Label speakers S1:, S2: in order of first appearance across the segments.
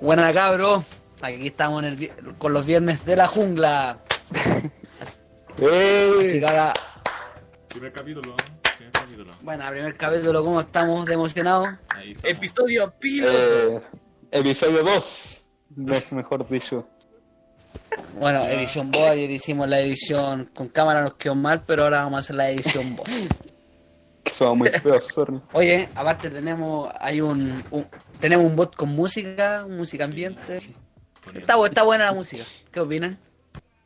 S1: Buena cabro, aquí estamos en el vi- con los viernes de la jungla.
S2: Eh,
S1: Así que ahora,
S3: Primer capítulo, ¿no? primer capítulo.
S1: bueno, primer capítulo, ¿cómo estamos? ¿De emocionados?
S3: Ahí está.
S4: Episodio piloto.
S2: Eh, episodio 2, mejor dicho.
S1: Bueno, edición voz, ayer hicimos la edición con cámara, nos quedó mal, pero ahora vamos a hacer la edición voz.
S2: Que somos muy feos, sorry.
S1: Oye, aparte tenemos, hay un, un- tenemos un bot con música, música ambiente.
S3: Poniendo.
S1: Está, bu- está buena la música, ¿qué opinan?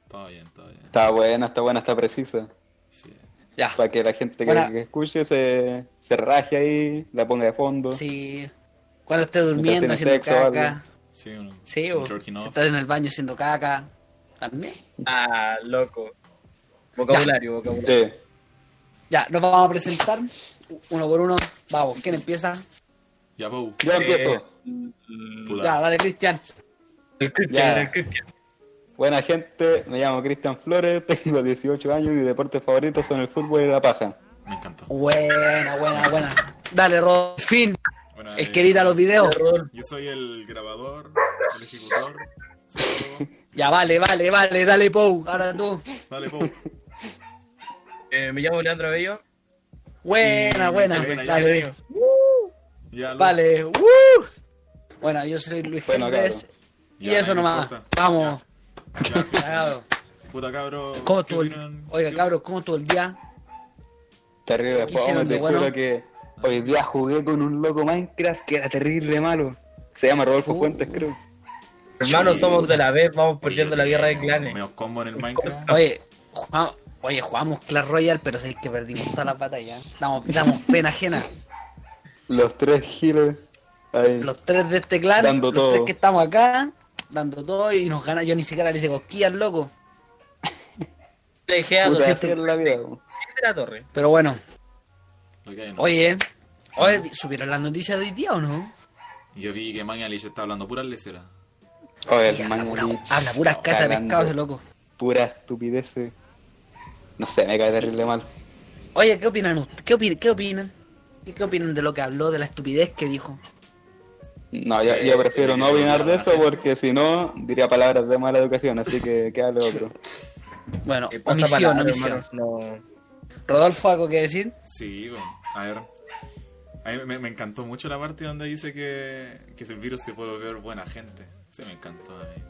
S3: Está bien, está bien.
S2: Está buena, está buena, está precisa.
S3: Sí.
S1: Ya,
S2: Para que la gente que,
S1: Buena.
S2: que escuche se, se raje ahí, la ponga de fondo.
S1: sí, cuando esté durmiendo,
S2: tiene
S1: haciendo
S2: sexo o algo.
S1: caca,
S3: Sí, un,
S1: sí,
S3: un
S1: o si
S3: jerking off.
S1: estás en el baño haciendo caca, también.
S4: Ah, loco. Vocabulario, vocabulario.
S2: Sí.
S1: Ya, nos vamos a presentar uno por uno. Vamos, ¿quién empieza?
S3: Ya, Pau.
S2: Yo empiezo.
S4: Eh,
S3: Puta.
S1: Ya, dale, Cristian.
S4: El Cristian,
S2: Ya.
S4: el Cristian.
S2: Buena gente, me llamo Cristian Flores, tengo 18 años y mis deportes favoritos son el fútbol y la paja.
S3: Me encantó.
S1: Buena, buena, buena. Dale, Rodolfín,
S3: Bueno,
S1: el
S3: eh,
S1: que edita los videos.
S3: Yo soy el grabador, el ejecutor. soy todo.
S1: Ya, vale, vale, vale, dale, Pou. Ahora tú.
S3: Dale, Pau.
S4: Eh, me llamo Leandro Bello.
S1: Buena, buena.
S3: buena, ya.
S1: Dale,
S3: Ya, Lu.
S1: vale. ¡Uh! Bueno, yo soy Luis
S2: Bueno,
S1: Jiménez.
S2: cabrón.
S1: Y
S3: Ya,
S1: eso
S3: no
S1: nomás.
S3: importa.
S1: Vamos,
S3: Ya,
S1: cagado.
S3: Puta cabro.
S1: ¿Cómo
S3: ¿qué
S1: estuvo el...
S3: opinan?
S1: Oiga,
S3: ¿Qué-
S1: cabro, ¿cómo estuvo el día?
S2: Terrible,
S1: ¿Qué
S2: fome,
S1: hicieron de
S2: te
S1: bueno?
S2: juro que hoy día jugué con un loco Minecraft que era terrible malo. Se llama Rodolfo
S1: Uh.
S2: Fuentes, creo.
S4: Hermano,
S3: Sí.
S4: somos de la vez,
S3: Oye,
S4: vamos
S3: eh,
S4: perdiendo la
S3: tenía
S4: guerra de clanes.
S3: Menos combo en el Minecraft.
S1: Oye, jugamos, oye, jugamos Clash Royale, pero sé que perdimos todas las batallas. Damos, damos pena ajena.
S2: Los tres giros. Ahí.
S1: los tres de este clan,
S2: Dando
S1: los
S2: todo.
S1: tres que estamos acá, dando todo y nos gana. Yo ni siquiera le hice cosquillas, loco.
S4: Le dejé a
S2: Puta,
S4: 200
S2: así es la vida, po.
S4: de la torre.
S1: Pero bueno,
S3: Lo que hay, ¿no?
S1: oye, oye, ¿subieron las noticias de hoy día o no?
S3: Yo vi que Mañalich está hablando puras leceras.
S2: Oye,
S1: Sí,
S2: el
S1: habla,
S2: man
S1: pura,
S2: Lich,
S1: habla puras casas de
S2: cagando.
S1: pescado ese loco.
S2: Pura estupidez. eh. No sé, me cae terrible mal.
S1: Oye, ¿qué opinan ustedes? ¿Qué, opinan? ¿Qué opinan? ¿Qué, qué opinan de lo que habló, de la estupidez que dijo?
S2: No, yo,
S3: Eh,
S2: yo prefiero
S3: tiene
S2: no
S3: que ser
S2: opinar
S3: una
S2: de eso
S3: buena
S2: porque si no diría palabras de mala educación, así que queda lo otro.
S1: Bueno,
S4: Eh, pasa
S1: omisión,
S4: palabra,
S1: omisión.
S4: hermano, no.
S1: Rodolfo, ¿algo que decir?
S3: Sí, bueno, a ver. A mí me, me encantó mucho la parte donde dice que, que ese virus se puede volver buena gente. Sí, me encantó a mí.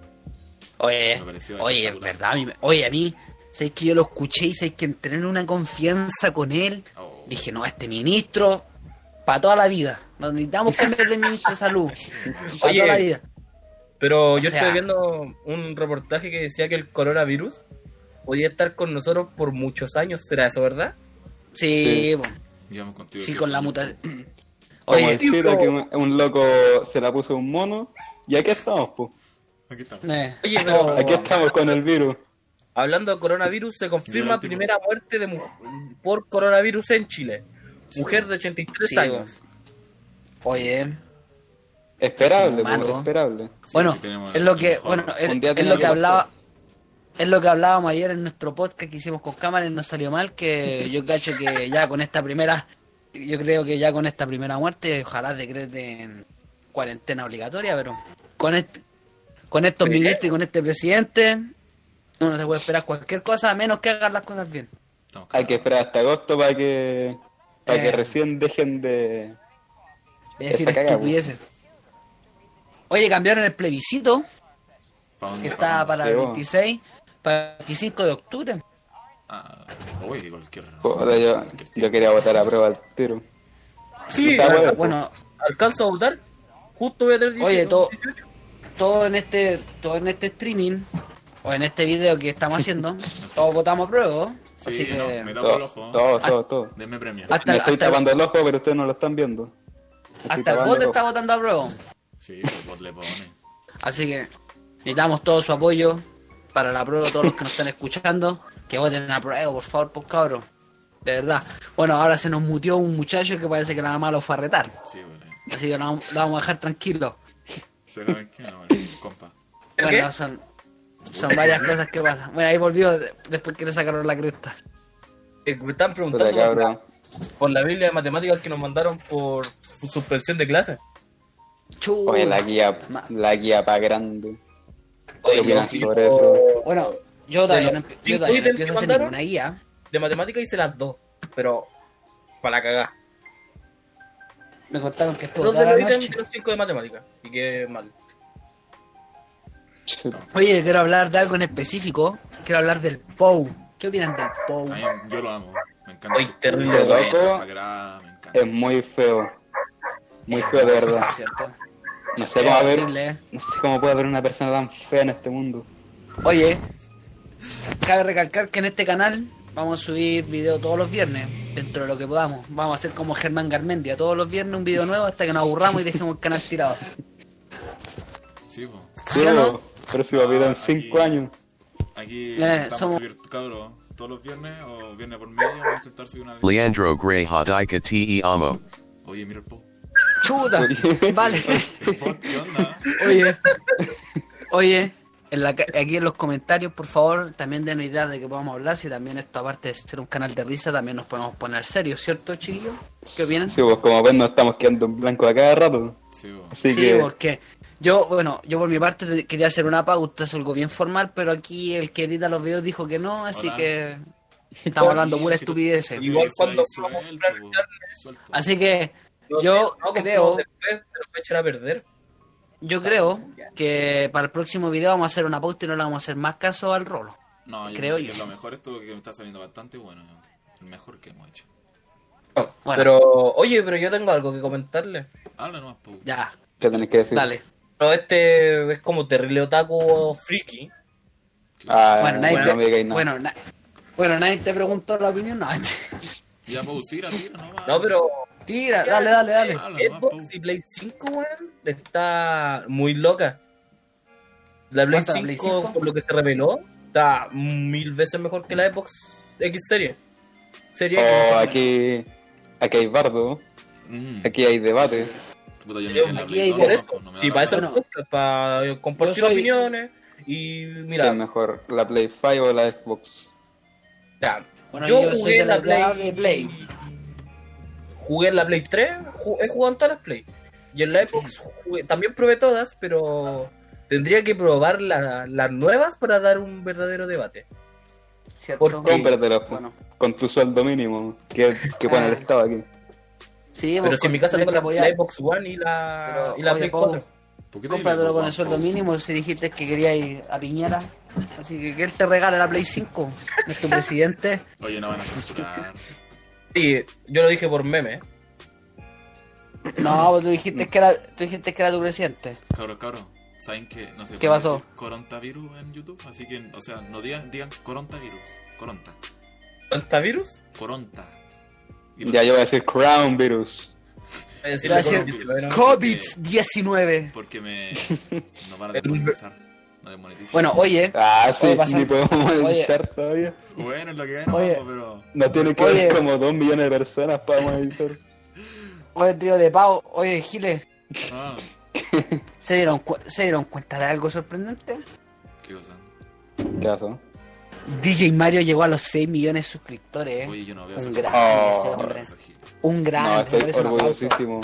S1: Oye,
S3: Me pareció
S1: oye, es
S3: espectacular.
S1: verdad, a mí, me- oye, a mí, sabéis que yo lo escuché y sabéis que en tener una confianza con él,
S3: Oh.
S1: dije, no, este ministro, para toda la vida, nos necesitamos cambiar de ministro de salud, para
S4: Oye.
S1: toda la vida.
S4: Pero yo
S1: sea-
S4: estoy viendo un reportaje que decía que el coronavirus podía estar con nosotros por muchos años. ¿Será eso, verdad?
S1: Sí, po,
S3: Llevamos contigo.
S1: sí,
S3: siete
S1: con la
S3: años.
S1: mutación.
S2: Como
S1: Oye,
S2: el Ciro, que un, un loco se la puso un mono y aquí estamos, pues.
S3: Aquí estamos.
S1: eh,
S4: Oye, pero-
S2: Aquí estamos con el virus.
S4: Hablando de coronavirus, se
S3: Yo
S4: confirma
S3: no tengo-
S4: primera muerte de mu- por coronavirus en Chile. Mujer de 83
S1: Sí,
S4: años.
S1: oye,
S2: Esperable,
S1: Humano.
S2: po, esperable.
S3: Sí,
S1: bueno,
S3: sí tenemos
S1: es lo
S3: el
S1: que,
S3: mejor.
S1: bueno, es,
S2: Un día
S1: es
S2: tenemos
S1: lo que
S2: que
S1: hablaba, es lo que hablábamos ayer en nuestro podcast que hicimos con cámara y nos salió mal, que yo cacho que ya con esta primera, yo creo que ya con esta primera muerte, ojalá decreten cuarentena obligatoria, pero con este, con estos ministros y con este presidente, uno se puede esperar cualquier cosa, a menos que hagan las cosas bien.
S3: Estamos
S2: Hay que
S3: cagados.
S2: esperar hasta agosto para que, para
S1: Eh.
S2: que recién dejen de...
S1: Es decir,
S2: Esa cagada,
S1: estupideces. Oye, cambiaron el plebiscito,
S3: ¿Pa' dónde,
S1: que
S3: pa'
S1: estaba
S3: dónde?
S1: para el
S2: Ah, Sí, bueno.
S1: 26, para el 25 de octubre.
S3: Ah, uy, cualquier.
S2: Joder, yo, yo quería votar a prueba al tiro.
S4: Sí,
S2: No se va a poder, po.
S1: Bueno,
S4: alcanzo a votar. Justo voy a tener 18.
S1: Oye, todo- todo en este todo en este streaming o en este video que estamos haciendo todos votamos pruebas
S3: Sí,
S1: así que
S3: no, me da por el
S2: Todo,
S3: ojo.
S2: todo,
S1: Ah.
S2: todo, todo.
S3: Denme premio.
S1: hasta,
S2: Me estoy
S1: hasta-
S2: tapando el ojo, pero ustedes no lo están viendo.
S1: hasta
S2: Estoy
S1: el
S2: tapando
S1: bot
S2: el
S1: está
S2: ojo.
S1: votando a prueba
S3: Sí, pues vos le pone.
S1: así que necesitamos todo su apoyo para la prueba todos los que nos están escuchando que voten a prueba por favor por cabros de verdad bueno ahora se nos mutió un muchacho que parece que la mamá lo fue a retar
S3: Sí, bueno.
S1: así que lo vamos, lo vamos a dejar tranquilo
S3: Se la ven que no, bueno, compa.
S4: ¿El
S1: bueno
S4: qué?
S1: son son varias cosas que pasan bueno ahí volvió de- después que le sacaron la cresta
S4: Eh, me están preguntando
S2: Puta,
S4: por
S2: cabrón.
S4: la, por la Biblia de matemáticas que nos mandaron por su- suspensión de clase.
S1: Chu.
S2: Oye, la guía,
S1: Ma-
S2: la guía pa' grande.
S4: Oye,
S2: ¿Qué
S4: yo
S2: opinas
S4: sí,
S2: sobre eso?
S1: Bueno, yo todavía no,
S4: Bueno,
S1: empi-
S4: ¿cinco
S1: yo todavía no
S4: ítems
S1: empiezo a
S4: que
S1: hacer
S4: mandaron?
S1: ninguna guía.
S4: De matemática hice las dos, pero para la cagá.
S1: Me contaron que estuvo
S4: Dos de
S1: toda
S4: los
S1: la
S4: ítems
S1: noche.
S4: y los cinco de matemática. Y qué mal.
S1: Oye, quiero hablar de algo en específico. Quiero hablar del POU. ¿Qué opinan del POU?
S3: A mí- yo lo amo. Me encanta.
S4: Ay,
S3: su-
S4: terrible,
S3: su- su-
S1: ¿eh?
S2: loco.
S3: su- sagrada, me encanta.
S2: Es muy feo. Muy feo, de verdad.
S1: ¿Cierto?
S2: No sé cómo haber,
S1: Horrible, eh.
S2: no sé cómo puede haber una persona tan fea en este mundo.
S1: Oye, cabe recalcar que en este canal vamos a subir video todos los viernes, dentro de lo que podamos. Vamos a hacer como Germán Garmendia, todos los viernes un video nuevo hasta que nos aburramos y dejemos el canal tirado.
S3: Sí, pues, po.
S1: ¿Sí o no?
S2: Pero si va a en 5
S3: Aquí.
S2: años.
S3: Aquí
S1: Eh,
S3: intentamos
S1: somos-
S3: subir, cabros, todos los viernes o viernes por medio. Vamos a intentar subir una.
S5: Leandro Gray Hadaika Te E Amo.
S3: Oye, mira el po.
S1: ¡Chuta! Vale.
S3: El po, ¿qué onda?
S1: Oye, oye, en la ca- aquí en los comentarios, por favor, también den idea de que podamos hablar. Si también esto, aparte de ser un canal de risa, también nos podemos poner serios, ¿cierto, chiquillos? ¿Qué opinan?
S2: Sí, pues como ven, nos estamos quedando en blanco a cada rato.
S3: Sí, pues. po.
S2: Así
S1: sí,
S2: que.
S1: porque yo, bueno, yo por mi parte te- quería hacer una pauta, es algo bien formal, pero aquí el que edita los videos dijo que no, así
S3: Hola.
S1: que estamos hablando pura
S3: Es que tú-
S1: estupidez. eh.
S3: tú
S4: Igual
S3: tienes que
S4: cuando
S3: ser ahí
S4: vamos a
S3: suelto,
S4: comprar
S3: po.
S4: carne.
S3: Suelto.
S1: Así que yo
S4: no,
S1: creo,
S4: Después te lo echan a perder.
S1: yo creo que para el próximo video vamos a hacer una pauta y no le vamos a hacer más caso al rolo.
S3: No, yo
S1: creo
S3: creo que
S1: yo.
S3: es lo mejor esto que me está saliendo bastante bueno. El mejor que hemos hecho.
S4: No,
S1: Bueno.
S4: Pero, oye, pero yo tengo algo que comentarle.
S3: Habla nomás, po.
S1: Ya,
S2: ¿Qué tenés que decir?
S1: dale.
S4: No, este es como terrible otaku friki.
S2: Ah,
S1: Bueno, nadie
S2: bueno, no me
S1: te,
S2: digáis nada.
S1: bueno, na- bueno, nadie te preguntó la opinión, no.
S3: Ya, po, tira, tira nomás.
S4: No, pero
S1: Tira, dale, dale, dale.
S3: Habla nomás, po.
S4: Xbox y Play 5, weón, está muy loca. La Play
S1: ¿Cuánto la
S4: 5,
S1: Play 5?
S4: por lo que se reveló, está mil veces mejor que la Xbox X serie. Serie
S2: Oh,
S4: X.
S2: aquí, aquí hay bardo,
S3: Mm.
S2: aquí hay debate.
S3: Puta, yo me
S4: Creo
S3: quedé en la
S1: que
S3: Play
S1: hay
S3: dos,
S4: Por
S1: no,
S4: eso,
S3: loco, no me
S4: sí,
S3: da
S4: para
S3: la
S4: eso
S1: gana.
S4: es podcast, para compartir
S1: Yo soy-
S4: opiniones. Y
S2: ¿Qué
S4: mira,
S2: es mejor, la Play 5 o la Xbox?
S4: ya,
S1: Bueno,
S4: yo,
S1: yo soy
S4: jugué
S1: de
S4: en
S1: la
S4: la Play,
S1: edad de Play.
S4: Jugué en la Play 3, ju- he jugado en todas las Play. Y en la
S3: Mm.
S4: Xbox jugué- también probé todas, pero tendría que probar la- las nuevas para dar un verdadero debate.
S1: ¿Cierto?
S4: Por Sí, compra.
S2: Cómpratelo
S1: bueno.
S2: con tu sueldo mínimo que, que pone el
S1: Ah.
S2: Estado aquí.
S1: Sí,
S4: Pero
S1: vos
S4: si en mi casa
S1: tenés
S4: tengo
S1: que
S4: la,
S1: apoyar.
S4: la Xbox One y la,
S1: Pero,
S4: y la
S1: oye,
S4: Play
S1: Pau,
S4: 4.
S3: ¿Por qué te
S1: Cómpratelo
S3: digo,
S1: con
S3: po,
S1: el sueldo
S3: po?
S1: mínimo si dijiste que querías ir a Piñera. Así que que él te regale la Play 5. Nuestro presidente.
S3: Oye, no van a censurar.
S4: Sí, yo lo dije por meme.
S1: No, vos tú dijiste que era, tú dijiste que era tu presidente.
S3: Cabros, cabros. ¿Saben que no se
S1: ¿Qué
S3: puede
S1: pasó?
S3: decir Corontavirus en YouTube? Así que, o sea, no digan, digan corontavirus. Coronta.
S4: ¿Antavirus?
S3: Coronta. Y-
S2: Ya yo voy a decir Crown Virus.
S4: Voy a
S1: Te voy a decir
S3: No,
S1: COVID-19.
S3: Porque me. Nos van a
S4: El-
S3: desmonetizar. Nos desmonetizan.
S1: Bueno, oye,
S2: Ah, sí,
S1: Oye, pasa-
S2: ni podemos
S1: oye.
S2: editar todavía.
S3: Bueno, es lo que hay,
S1: Oye.
S3: no, pero.
S2: Nos tiene que
S1: Oye.
S2: ver como dos millones de personas para monetizar.
S1: oye, trío de Pau, oye, Giles,
S3: Ah,
S1: ¿se dieron, cu- ¿se dieron cuenta de algo sorprendente?
S3: qué cosa.
S2: ¿Qué pasó?
S1: DJ Mario llegó a los 6 millones de suscriptores. ¿eh?
S3: Oye, yo no veo
S1: un
S3: esos
S1: gran
S2: Oh.
S1: ese
S3: Yo no veo
S1: hombre.
S3: esos giles.
S1: Un gran
S2: No, estoy
S1: merece un aplauso.
S2: orgullosísimo.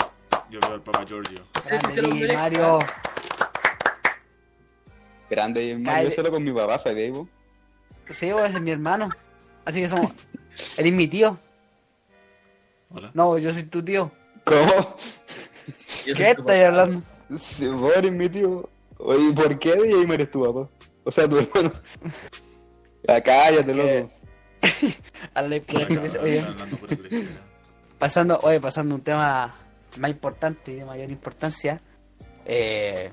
S3: Yo veo al Papa Giorgio.
S1: Grande,
S4: Sí, sí, sí,
S1: DJ
S4: lo
S1: Mario.
S2: Grande y
S1: Cállate.
S2: Mario, solo con mi papá, ¿sabes? vos?
S1: Sí, vos eres mi hermano. Así que somos. Eres mi tío.
S3: Hola.
S1: No, yo soy tu tío.
S2: ¿Cómo?
S4: Yo
S1: ¿Qué
S4: soy tu
S1: estás
S4: papá.
S1: hablando?
S2: Sí, vos eres mi tío. Oye, ¿y ¿por qué DJ Mario es tu papá? O sea, tu hermano. Ya cállate,
S1: Que-
S2: loco.
S1: A la izquierda,
S3: Acá,
S1: oye,
S3: hablando por iglesia.
S1: pasando, oye, pasando un tema más importante y de mayor importancia. Eh,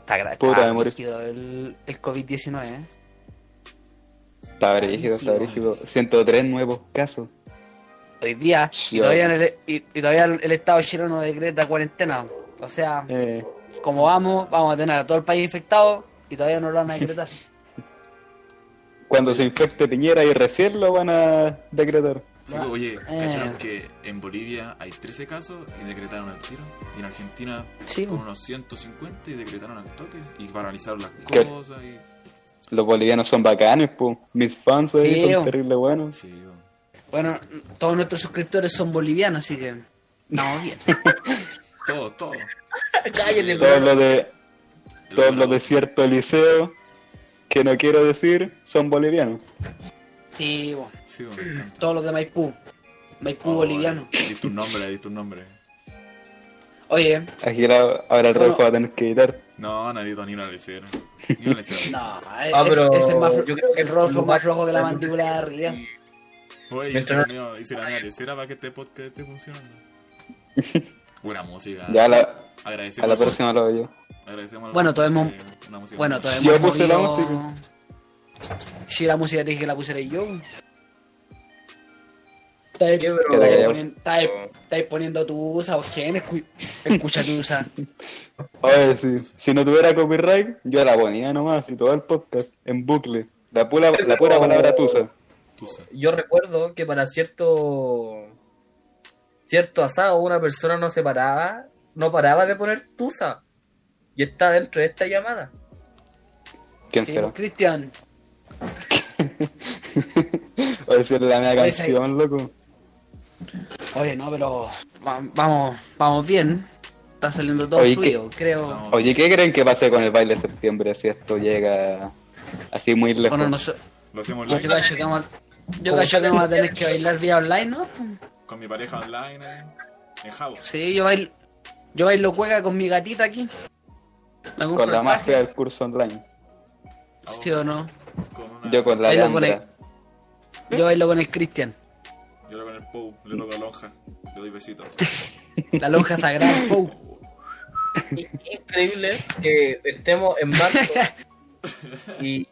S1: está gra-
S2: Puta,
S1: está
S2: me morí.
S1: brígido el, el COVID-19. ¿eh?
S2: Está brígido, está brígido. 103 nuevos casos.
S1: Hoy día, y
S2: Sí,
S1: todavía, en el, y- y todavía el, el Estado chileno decreta cuarentena. O sea,
S2: Eh,
S1: como vamos, vamos a tener a todo el país infectado y todavía no lo van a decretar.
S2: cuando se infecte Piñera y recién lo van a decretar.
S3: Sí, pues, oye,
S1: Eh.
S3: ¿cacharon que en Bolivia hay 13 casos y decretaron al tiro? Y en Argentina
S1: Sí,
S3: con
S1: pues.
S3: unos 150 y decretaron al toque. Y paralizaron las
S2: ¿Qué?
S3: cosas y...
S2: Los bolivianos son bacanes, po. Mis fans ahí
S1: Sí,
S2: son
S1: o-
S2: terribles buenos.
S3: Sí, pues.
S1: Bueno, todos nuestros suscriptores son bolivianos, así que. No, bien.
S3: todo, todo.
S4: Cállate,
S2: Todos
S4: weón.
S2: los de,
S3: El
S2: todos
S3: Bravo.
S2: los de cierto liceo, que no quiero decir, son bolivianos.
S1: Sí, bueno,
S3: Sí, bueno, me encanta.
S1: todos los de Maipú. Maipú
S3: Oh,
S1: boliviano.
S3: Di tu nombre, di tu nombre.
S1: Oye, eh,
S2: Aquí ahora, ahora el
S1: Bueno.
S2: Rolfo va a tener que editar.
S3: No, nadie ni una le hicieron. Ni una le hicieron.
S1: no,
S4: Ah,
S1: e-
S4: pero
S1: ese es más fro-
S4: yo creo que
S1: el rostro
S4: lo
S1: más
S4: más-
S1: rojo que la mandíbula de arriba.
S3: Oye,
S4: Mientras
S3: hice
S4: no-
S3: sonido, hice la nariz, era para que este podcast esté funcionando. Buena música.
S2: Ya a la, a
S3: agradecemos,
S2: la próxima lo hago yo.
S3: agradecemos a la
S1: Bueno,
S3: música,
S1: todo el
S3: eh, una música
S1: Bueno,
S3: buena.
S1: todavía
S2: Yo
S1: hemos
S2: puse la
S1: movido-
S2: música.
S1: Sí, la música te dije que la pusiera yo. Estáis
S4: Yo,
S2: pero-
S1: estáis poniendo, estáis- estáis poniendo tu usa, ¿o quién escu- escucha tu usa?
S2: Oye, si, si no tuviera copyright, yo la ponía nomás y todo el podcast en bucle. La pura, la pura
S4: Pero-
S2: palabra tusa.
S3: Tusa.
S4: Yo recuerdo que para cierto cierto asado una persona no se paraba, no paraba de poner tusa. Y está dentro de esta llamada.
S2: ¿Quién
S1: Sí,
S2: será?
S1: pues, Cristian.
S2: Oye, si era la mía
S1: Oye, sí.
S2: canción, loco.
S1: Oye, no, pero va- vamos, vamos bien. Está saliendo todo
S2: Oye,
S1: suyo, creo.
S3: No,
S2: Oye, ¿qué creen que pase con el baile de septiembre si esto llega así muy lejos?
S1: Bueno, no sé.
S3: Lo hacemos
S1: Yo
S3: live
S1: cacho que vamos a- yo cacho que vamos a tener que bailar vía online, ¿no?
S3: con mi pareja online eh, en Jabo.
S1: Sí, yo bailo, yo bailo cueca con mi gatita aquí. Me compro
S2: Con la
S1: el
S2: más
S1: traje,
S2: fea del curso online.
S3: Jabo,
S1: ¿Sí o no?
S3: con una-
S2: Yo con la
S1: Ahí
S2: de
S1: lo pone.
S2: Andra.
S1: Yo bailo con el Cristian.
S3: yo con el Pou, le toco a Lonja, le doy besito.
S1: La lonja sagrada. Pou.
S4: I- Increíble que estemos en marzo y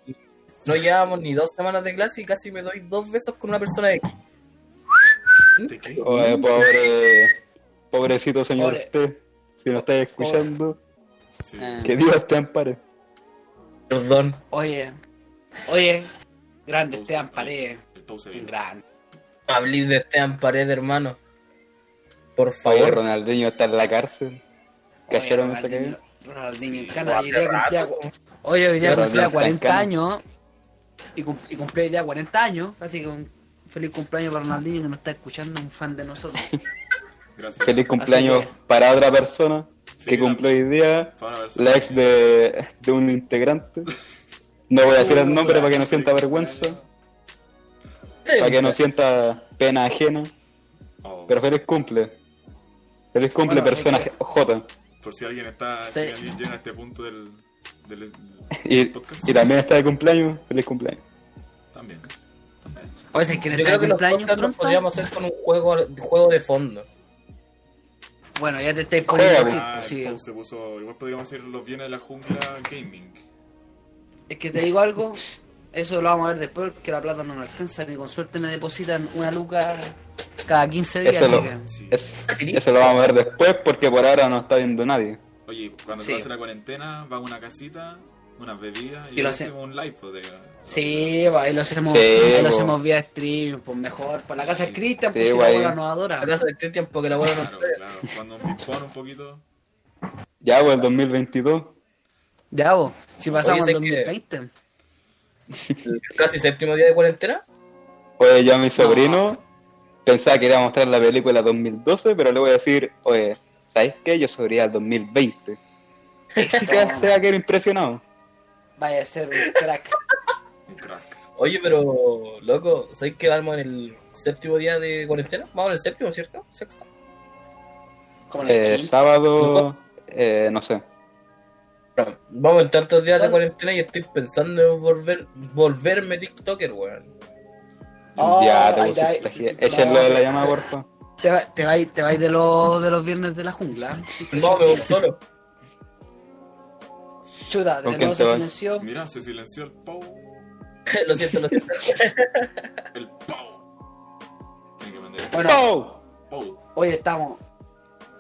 S4: no llevamos ni dos semanas de clase y casi me doy dos besos con una persona X.
S3: ¿De qué?
S2: Oye, pobre. Pobrecito señor
S1: Mm. Pobre.
S2: T. Si no estáis escuchando,
S3: Sí.
S1: Ah.
S2: que Dios te ampare.
S4: Perdón.
S1: Oye, oye, grande
S3: Pou
S1: Esteban
S3: se-
S1: Paredes,
S3: El Pou se
S1: un
S3: vino.
S1: gran.
S4: Hablé de Esteban Pared, hermano. Por
S2: Oye,
S4: favor.
S2: Ronaldinho está en la cárcel. ¿Cayeron
S1: Oye,
S2: esa que
S1: Ronaldinho- Ronaldinho en
S3: Sí,
S1: Cana, hoy
S4: hace
S1: día cumplía,
S4: rato.
S1: oye, hoy día
S2: Ronaldinho
S1: cumplía
S2: está en
S1: 40
S2: Cana.
S1: años, y, cum- y cumplía hoy día 40 años, así que un feliz cumpleaños para Ronaldinho que nos está escuchando, un fan de nosotros.
S3: Gracias.
S2: Feliz cumpleaños
S1: Así que-
S2: para otra persona
S3: Sí,
S2: que
S3: la-
S2: cumple hoy día.
S3: Para una persona
S2: La ex de, de un integrante. No voy a decir el nombre para que no sienta vergüenza, para que no sienta pena ajena.
S3: Oh,
S2: Pero feliz cumple. Feliz cumple,
S1: Bueno,
S2: persona
S1: así
S2: J.
S3: por si alguien está,
S1: Sí.
S3: si alguien llega a este punto del, del,
S2: Y,
S3: podcast.
S2: y también está de cumpleaños, feliz cumpleaños.
S3: También. También.
S1: Oye, si quieren
S4: Yo creo
S1: estar
S4: que los
S1: cumpleaños
S4: podcasts los
S1: pronto,
S4: podríamos hacer con un juego, juego de fondo.
S1: bueno, ya te estáis poniendo
S2: Juega,
S3: Ah,
S1: listo, sí.
S3: el Pou se puso. Igual podríamos decir los bienes de la jungla gaming.
S1: Es que te digo algo, eso lo vamos a ver después, que la plata no nos alcanza, ni con suerte me depositan una luca cada 15 días,
S2: Eso
S1: así
S2: lo-
S1: que...
S3: Sí.
S2: Es- eso lo vamos a ver después porque por ahora no está viendo nadie.
S3: Oye, cuando
S1: Sí.
S3: se pase la cuarentena, va a una casita, unas bebidas y,
S1: Y lo hace-
S3: hacemos un live. pues, de-
S1: Sí, pues, ahí lo hacemos,
S2: Sí,
S1: ahí lo
S2: po.
S1: hacemos vía stream, pues mejor. Para la casa de Cristian, pues
S2: Sí,
S1: si la
S2: guay.
S1: abuela nos adora.
S4: La casa de Cristian porque la buena
S3: Claro,
S2: eh.
S4: no puede.
S3: claro. Cuando un ping un poquito.
S2: Ya, pues el 2022.
S1: Ya, vos, si pasamos
S4: Oye,
S1: en
S4: sé que-
S1: 2020.
S4: Casi séptimo día de cuarentena.
S2: Oye, yo a mi sobrino pensaba que iba a mostrar la película 2012, pero le voy a decir, oye, ¿sabes qué? Yo sobriría al 2020. Y sí que se va a quedar impresionado.
S1: Vaya a ser un crack.
S3: Un crack.
S4: Oye, pero, loco, ¿sabes que vamos en el séptimo día de cuarentena? Vamos en el séptimo, ¿cierto? Sexto.
S1: Como en el
S2: Eh,
S1: gym.
S2: sábado, eh, no sé.
S4: No, Vamos en tantos días de
S1: ¿Cuál?
S4: cuarentena y estoy pensando en volver, volverme TikToker, weón.
S1: Oh,
S2: ya, te
S1: ay,
S2: gusta
S1: ay,
S2: esta
S1: sí,
S2: gie-
S1: claro.
S2: Échenlo de la llamada, porfa.
S1: Te va- te vais te vais de, los de los viernes de la jungla.
S4: No, me voy solo.
S1: Chuta,
S2: ¿Con
S1: de
S2: quién
S1: nuevo
S2: te
S1: se
S2: vas?
S1: silenció.
S3: Mira, se silenció el Pou.
S4: lo siento, lo siento.
S3: El Pou. Tiene que vender ese
S1: Bueno,
S2: ¡Oh!
S3: Pou. Ah,
S1: Oye, estamos.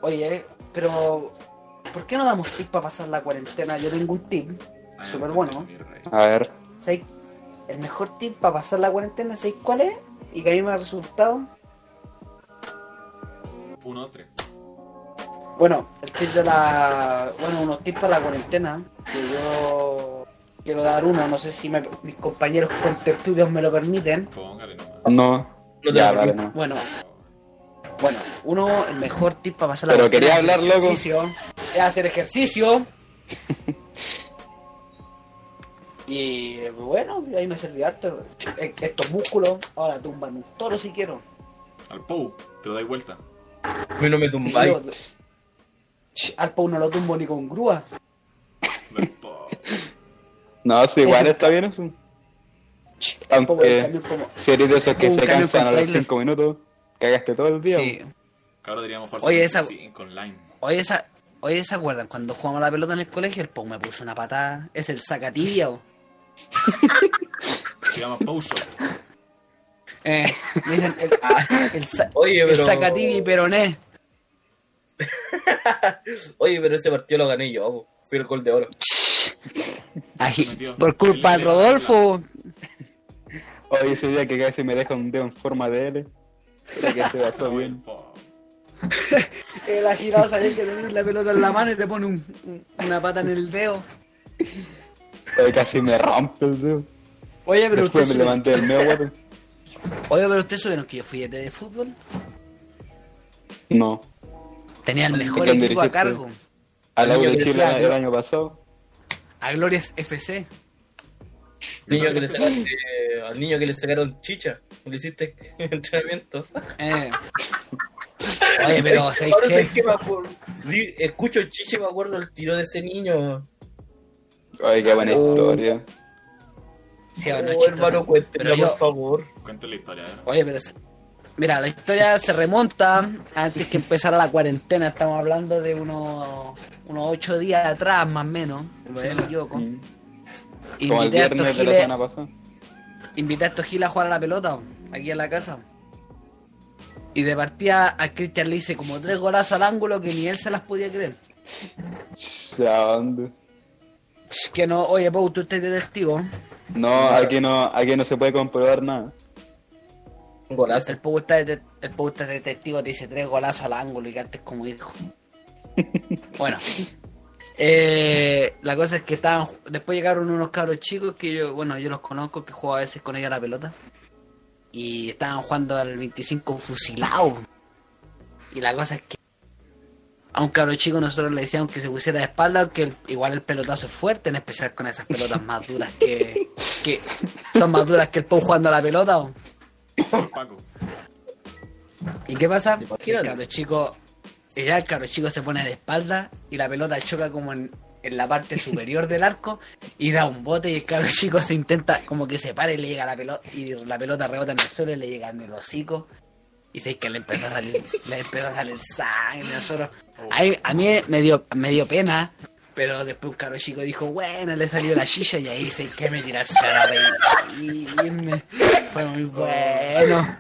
S1: Oye, pero. ¿Por qué no damos tip para pasar la cuarentena? Yo tengo un tip.
S3: Ah,
S1: Súper
S3: no,
S1: bueno.
S3: mi rey.
S2: A ver,
S1: ¿Sabéis? El mejor tip para pasar la cuarentena, ¿sabéis cuál es? Y que a mí me ha resultado.
S3: Uno, tres.
S1: Bueno, el tip de la. Bueno, unos tips para la cuarentena. Que yo quiero dar uno. No sé si me- mis compañeros contertulios me lo permiten.
S3: Póngale nomás.
S2: no.
S4: No te
S2: ya,
S4: lo
S2: dale,
S4: permito.
S2: no.
S1: Bueno, bueno, uno, el mejor tip para pasar la
S2: Pero
S1: cuarentena.
S2: quería
S1: es
S2: hablar,
S1: el
S2: loco.
S1: ejercicio. es hacer ejercicio. Y bueno, ahí me serví harto. E- Estos músculos, ahora tumban un toro si quiero.
S3: Al Pou, te lo dais vuelta.
S4: A mí no me
S1: Y
S4: tumbáis.
S1: yo- Ch, al Pou no lo tumbo ni con grúa.
S3: Del Pou.
S2: No, sí, igual está bien eso.
S1: Ch, al Pou es un
S2: Aunque
S1: camión como-
S2: si eres de esos que
S1: Un
S2: se
S1: cambio
S2: cansan a
S1: para
S2: los
S1: trailer.
S2: 5 minutos, cagaste todo el día.
S1: Sí.
S3: Cabrón, diríamos fuerza
S1: Oye, esa-
S3: con Lime.
S1: Oye, esa, oye, ¿se acuerdan? Cuando jugamos a la pelota en el colegio, el Pou me puso una patada. Es el sacatilla, o-
S3: Se llama Pou Shot.
S1: Eh, me dicen el, ah, el, sa-
S4: Oye,
S1: el
S4: pero-
S1: sacatilla y peroné.
S4: Oye, pero ese partido lo gané yo. po. Fui el gol de oro.
S1: Ay,
S3: Metió.
S1: por culpa del
S3: El-
S1: Rodolfo.
S2: Hoy ese día que casi me deja un dedo en forma de L. Creo que se pasó
S3: Del
S2: bien.
S3: Pou.
S1: El agirado sabía que tenés la pelota en la mano y te pone un- un- una pata en el dedo.
S2: Hoy casi me rompe el dedo.
S1: Oye, pero usted
S2: Después me
S1: sube,
S2: levanté del medio guato.
S1: oye, pero usted supieron que yo fui de fútbol.
S2: No.
S1: Tenía el mejor
S2: ¿Quién
S1: equipo a
S2: dirigiste?
S1: cargo.
S2: Al
S4: Niño
S2: agua de
S4: que
S2: Chile
S1: decía,
S2: el
S1: yo-
S2: año pasado.
S1: A Glorias FC.
S4: Niño que le
S1: pues,
S4: sacaste, al niño que le sacaron chicha. que Le hiciste entrenamiento.
S1: Eh. Oye, pero ¿sabes
S4: Ahora
S1: qué?
S4: sabes que me acuerdo. Di- Escucho chicha y me acuerdo el tiro de ese niño.
S2: Ay, qué buena
S4: Oh.
S2: historia.
S1: Sí, bueno, es
S4: oh,
S1: chistoso.
S4: hermano, cuéntenla,
S1: Pero yo-
S4: por favor.
S3: Cuéntale la historia,
S2: Oh.
S3: ¿eh?
S1: Oye, pero... es- Mira, la historia se remonta antes que empezara la cuarentena. Estamos hablando de unos, unos ocho días atrás, más o menos. Si no me equivoco.
S2: Mm. Como el
S1: Invité a, estos
S2: viernes de la
S1: giles,
S2: semana pasada.
S1: invité a estos giles a jugar a la pelota, aquí en la casa. Y de partida a Cristian le hice como tres golazos al ángulo que ni él se las podía creer.
S2: Ya, ¿dónde?
S1: Ch, Que no, oye, Pau, tú estás de testigo.
S2: No, aquí no, aquí no se puede comprobar nada.
S4: Un golazo.
S1: El Pau está, de, te- el Pau está de testigo, te dice tres golazos al ángulo y que antes como hijo. bueno. Eh, la cosa es que estaban, después llegaron unos cabros chicos que yo, bueno, yo los conozco, que juego a veces con ella la pelota. Y estaban jugando al 25 fusilado. Y la cosa es que a un cabro chico nosotros le decíamos que se pusiera de espalda, porque el- igual el pelotazo es fuerte, en especial con esas pelotas más duras que, que son más duras que el Pau jugando a la pelota. o-
S3: Del Paco.
S1: ¿Y qué pasa? Que el
S4: Imagínate.
S1: cabro chico, ya el cabro chico se pone de espalda y la pelota choca como en, en la parte superior del arco y da un bote y el cabro chico se intenta como que se para y le llega la pelota y la pelota rebota en el suelo y le llega en el hocico. Y sé que le empezó a salir, le empezó a salir sangre nosotros. Ahí- a mí me dio, me dio pena, pero después un cabro chico dijo, bueno, le salió la chilla y ahí sé que me tiró a reírme. Fue muy bueno.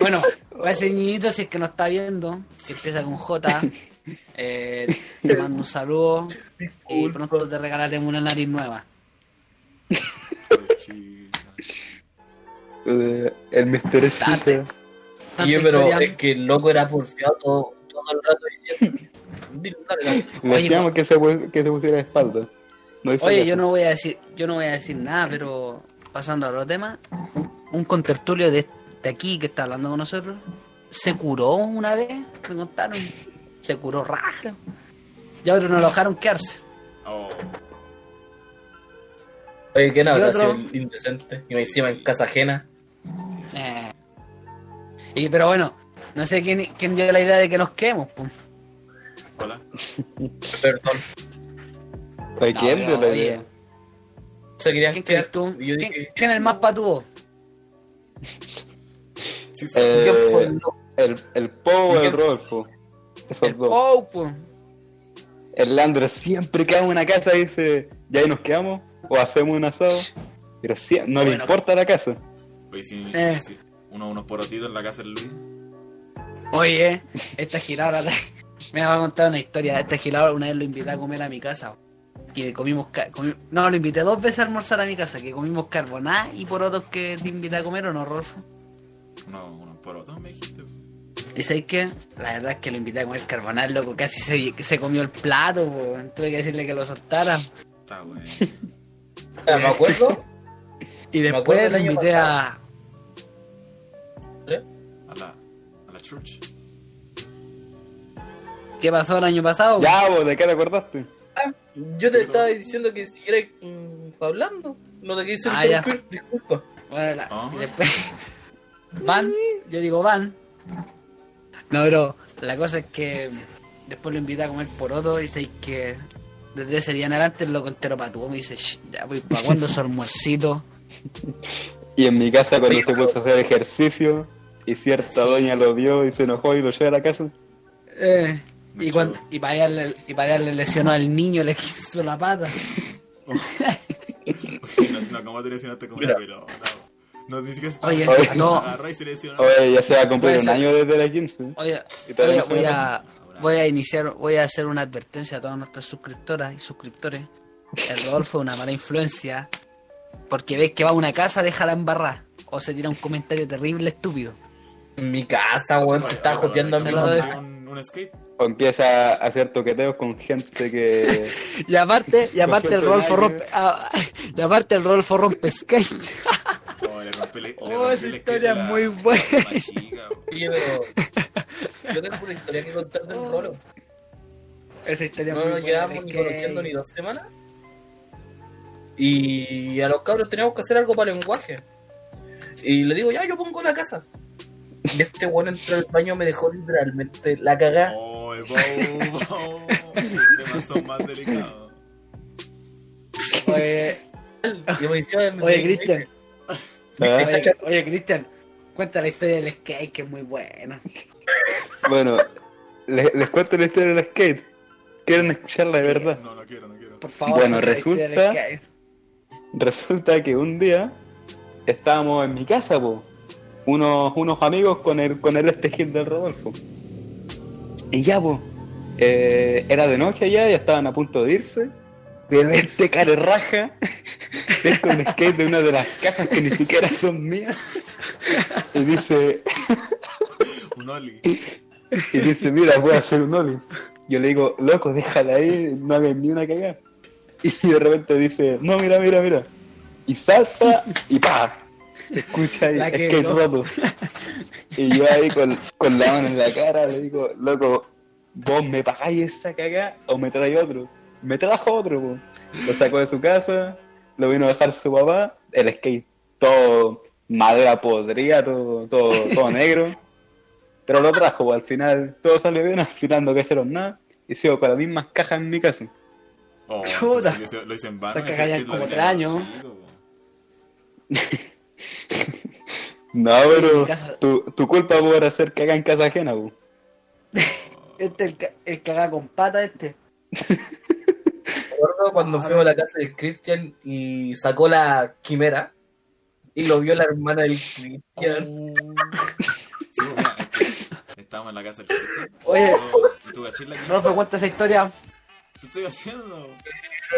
S1: Bueno, para ese niñito, si es que no está viendo, que empieza con J, eh, te mando un saludo y
S4: Disculpa.
S1: pronto te regalaremos una nariz nueva.
S3: Del Chile.
S2: Eh, el misterio Chicha.
S1: Tanta
S4: Oye, pero eh,
S1: historia.
S4: es que el loco era porfiado todo, todo el rato diciendo. "Dile, dale, dale".
S2: Le
S1: Oye,
S2: decíamos que se, pu- que se pusiera de espalda. No hizo
S1: Oye,
S2: caso.
S1: yo no voy a decir, yo no voy a decir nada, pero pasando a otro tema, un, un contertulio de, de aquí que está hablando con nosotros, se curó una vez, me contaron, se curó raja. Y a otro no lo dejaron quedarse.
S3: Oh,
S4: Oye, ¿quién habrá
S1: otro?
S4: sido el indecente? Y me encima en casa ajena.
S1: Eh. Y pero bueno, no sé quién, quién dio la idea de que nos quedemos. po.
S3: hola.
S4: Perdón.
S2: ¿Para
S1: No,
S2: quién
S1: pero,
S2: dio la
S1: oye,
S2: idea?
S4: Se querían
S1: ¿Quién
S4: quedar.
S1: crees tú?
S4: Y yo
S1: ¿Quién,
S4: dije,
S1: quién es el más patudo?
S3: Sí, sí.
S2: Eh,
S4: ¿qué fue loco?
S2: el, el Poe o el
S4: ¿Quién fue?
S2: Rodolfo. Esos
S1: El
S2: dos.
S1: Pou, po.
S2: El Landro siempre que va a una casa dice, ya ahí nos quedamos o hacemos un asado. Pero sí, no le
S1: Bueno.
S2: importa la casa.
S3: Oye, sí,
S1: Eh.
S3: sí. Uno, unos porotitos en la casa del Luis.
S1: Oye, esta giladora la- me va a contar una historia. Esta giladora una vez lo invité a comer a mi casa. Y comimos, ca- comi- No, lo invité dos veces a almorzar a mi casa. Que comimos carboná y porotos que te invité a comer, ¿o no, Rolfo?
S3: Uno, unos porotos, me dijiste.
S1: ¿Y sabes qué? La verdad es que lo invité a comer carboná, loco. Casi se, se comió el plato, po. Tuve que decirle que lo soltara.
S3: Está bueno.
S4: Ah, me acuerdo.
S1: Y
S4: Me acuerdo
S1: después
S4: del
S1: lo
S4: año
S1: invité a...
S4: pasado.
S3: A la, a la church.
S1: ¿Qué pasó el año pasado?
S2: Ya, vos, ¿de qué te acordaste?
S4: Yo te estaba diciendo que siguieras mm, hablando. No te quise
S1: Ah, ya.
S4: interrumpir, disculpa.
S1: Bueno, la-
S3: Ah.
S1: y después. Van, yo digo van. No, pero la cosa es que después lo invité a comer poroto y sé que desde ese día en adelante lo contero para tu me dice, "Sh, ya pues, voy para cuando su almuercito.
S2: Y en mi casa cuando
S4: Oye,
S2: se puso a hacer ejercicio y cierta
S1: Sí.
S2: doña lo vio y se enojó y lo llevó a la casa.
S1: Eh,
S3: Me
S1: y cuando,
S3: chupo.
S1: y variarle, y variarle lesionó al niño, le quiso la pata.
S3: No, no, ¿cómo te lesionaste como una
S4: Mira.
S3: pelota? bo? No, ni siquiera se
S1: Oye,
S2: Oye.
S1: no,
S3: Agarró y se lesionó.
S2: Oye, ya se va a cumplir
S1: Puede
S2: un
S1: ser.
S2: año desde la 15.
S1: Oye,
S2: ¿Y
S1: voy,
S2: todavía
S1: a,
S2: no
S1: voy,
S2: se
S1: a, voy a iniciar, voy a hacer una advertencia a todas nuestras suscriptoras y suscriptores. El Rodolfo es una mala influencia porque ves que va a una casa, déjala embarrar o se tira un comentario terrible, estúpido.
S4: En mi casa, weón, se estaba joteando a mi
S1: Se lo doy.
S4: mamá.
S3: mamá. Un, un skate.
S2: O empieza a hacer toqueteos con gente que...
S1: Y aparte, y aparte el
S2: Cogió
S1: Rodolfo
S2: con
S1: rompe, ah, y aparte el Rodolfo rompe skate.
S3: Oh, le rompí le, le
S1: Oh,
S3: rompí
S1: esa
S3: el skate
S1: historia
S3: a la-
S1: es muy buena.
S3: a la chica, bo.
S4: Oye, pero yo tengo una historia que contar del rolo.
S1: Esa historia
S4: No nos llevamos ni conociendo ni dos semanas. Y a los cabros teníamos que hacer algo para lenguaje. Y le digo, ya, yo pongo la casa. Y este weón entró al baño, me dejó literalmente la cagada.
S3: Oh, el bobo, bobo. Temas son más delicados.
S1: Oye,
S4: Y me decía, me-
S1: oye,
S4: me-
S1: Cristian,
S2: ¿Ah?
S1: oye, oye, Cristian, cuenta la historia del skate que es muy buena.
S2: Bueno, les, les cuento la historia del skate. ¿Quieren escucharla de verdad?
S3: No, no quiero, no quiero.
S1: Por favor,
S2: Bueno,
S1: cuenta la historia del
S2: resulta-
S1: skate.
S2: Resulta que un día estábamos en mi casa, po, unos, unos amigos con el, con el este Gil del Rodolfo. Y ya, po, eh, era de noche ya, ya estaban a punto de irse. Pero este care raja, es con el skate de una de las cajas que ni siquiera son mías. Y dice,
S3: Un Oli.
S2: y dice, mira, voy a hacer un ollie. Yo le digo, loco, déjala ahí, no hagas ni una cagada. Y de repente dice, no, mira, mira, mira. Y salta y pa. Te escucha ahí,
S1: La
S2: es que
S1: quebró.
S2: roto. Y yo ahí con, con la mano en la cara le digo, loco, vos me pagáis esa cagada o me traes otro. Me trajo otro, po. Lo sacó de su casa, lo vino a dejar su papá, el skate todo madera podrida, todo, todo, todo negro. Pero lo trajo, po, al final todo salió bien, al final no cayeron nada. Y sigo con las mismas cajas en mi casa.
S3: Oh,
S1: Chuta.
S3: entonces Lo hice, lo hice en vano.
S1: Saca
S3: ese
S1: callar
S3: skate lo
S1: como
S3: tenía
S1: tres años.
S3: chico, bo.
S2: No,
S1: En
S2: pero
S1: mi casa-
S2: tu, tu culpa por hacer cagar en casa ajena, pues. po.
S1: Este el, ca- el cagá con pata este.
S4: Me acuerdo cuando fuimos a la casa de Cristian y sacó la quimera. Y lo vio la hermana del Cristian.
S3: Sí, bo, mira, es que estábamos en la casa del chico. Oh,
S1: Oye,
S3: ¿Y tú cachis la que
S1: Rolfo, cuenta esa historia.
S3: ¿Qué estoy haciendo?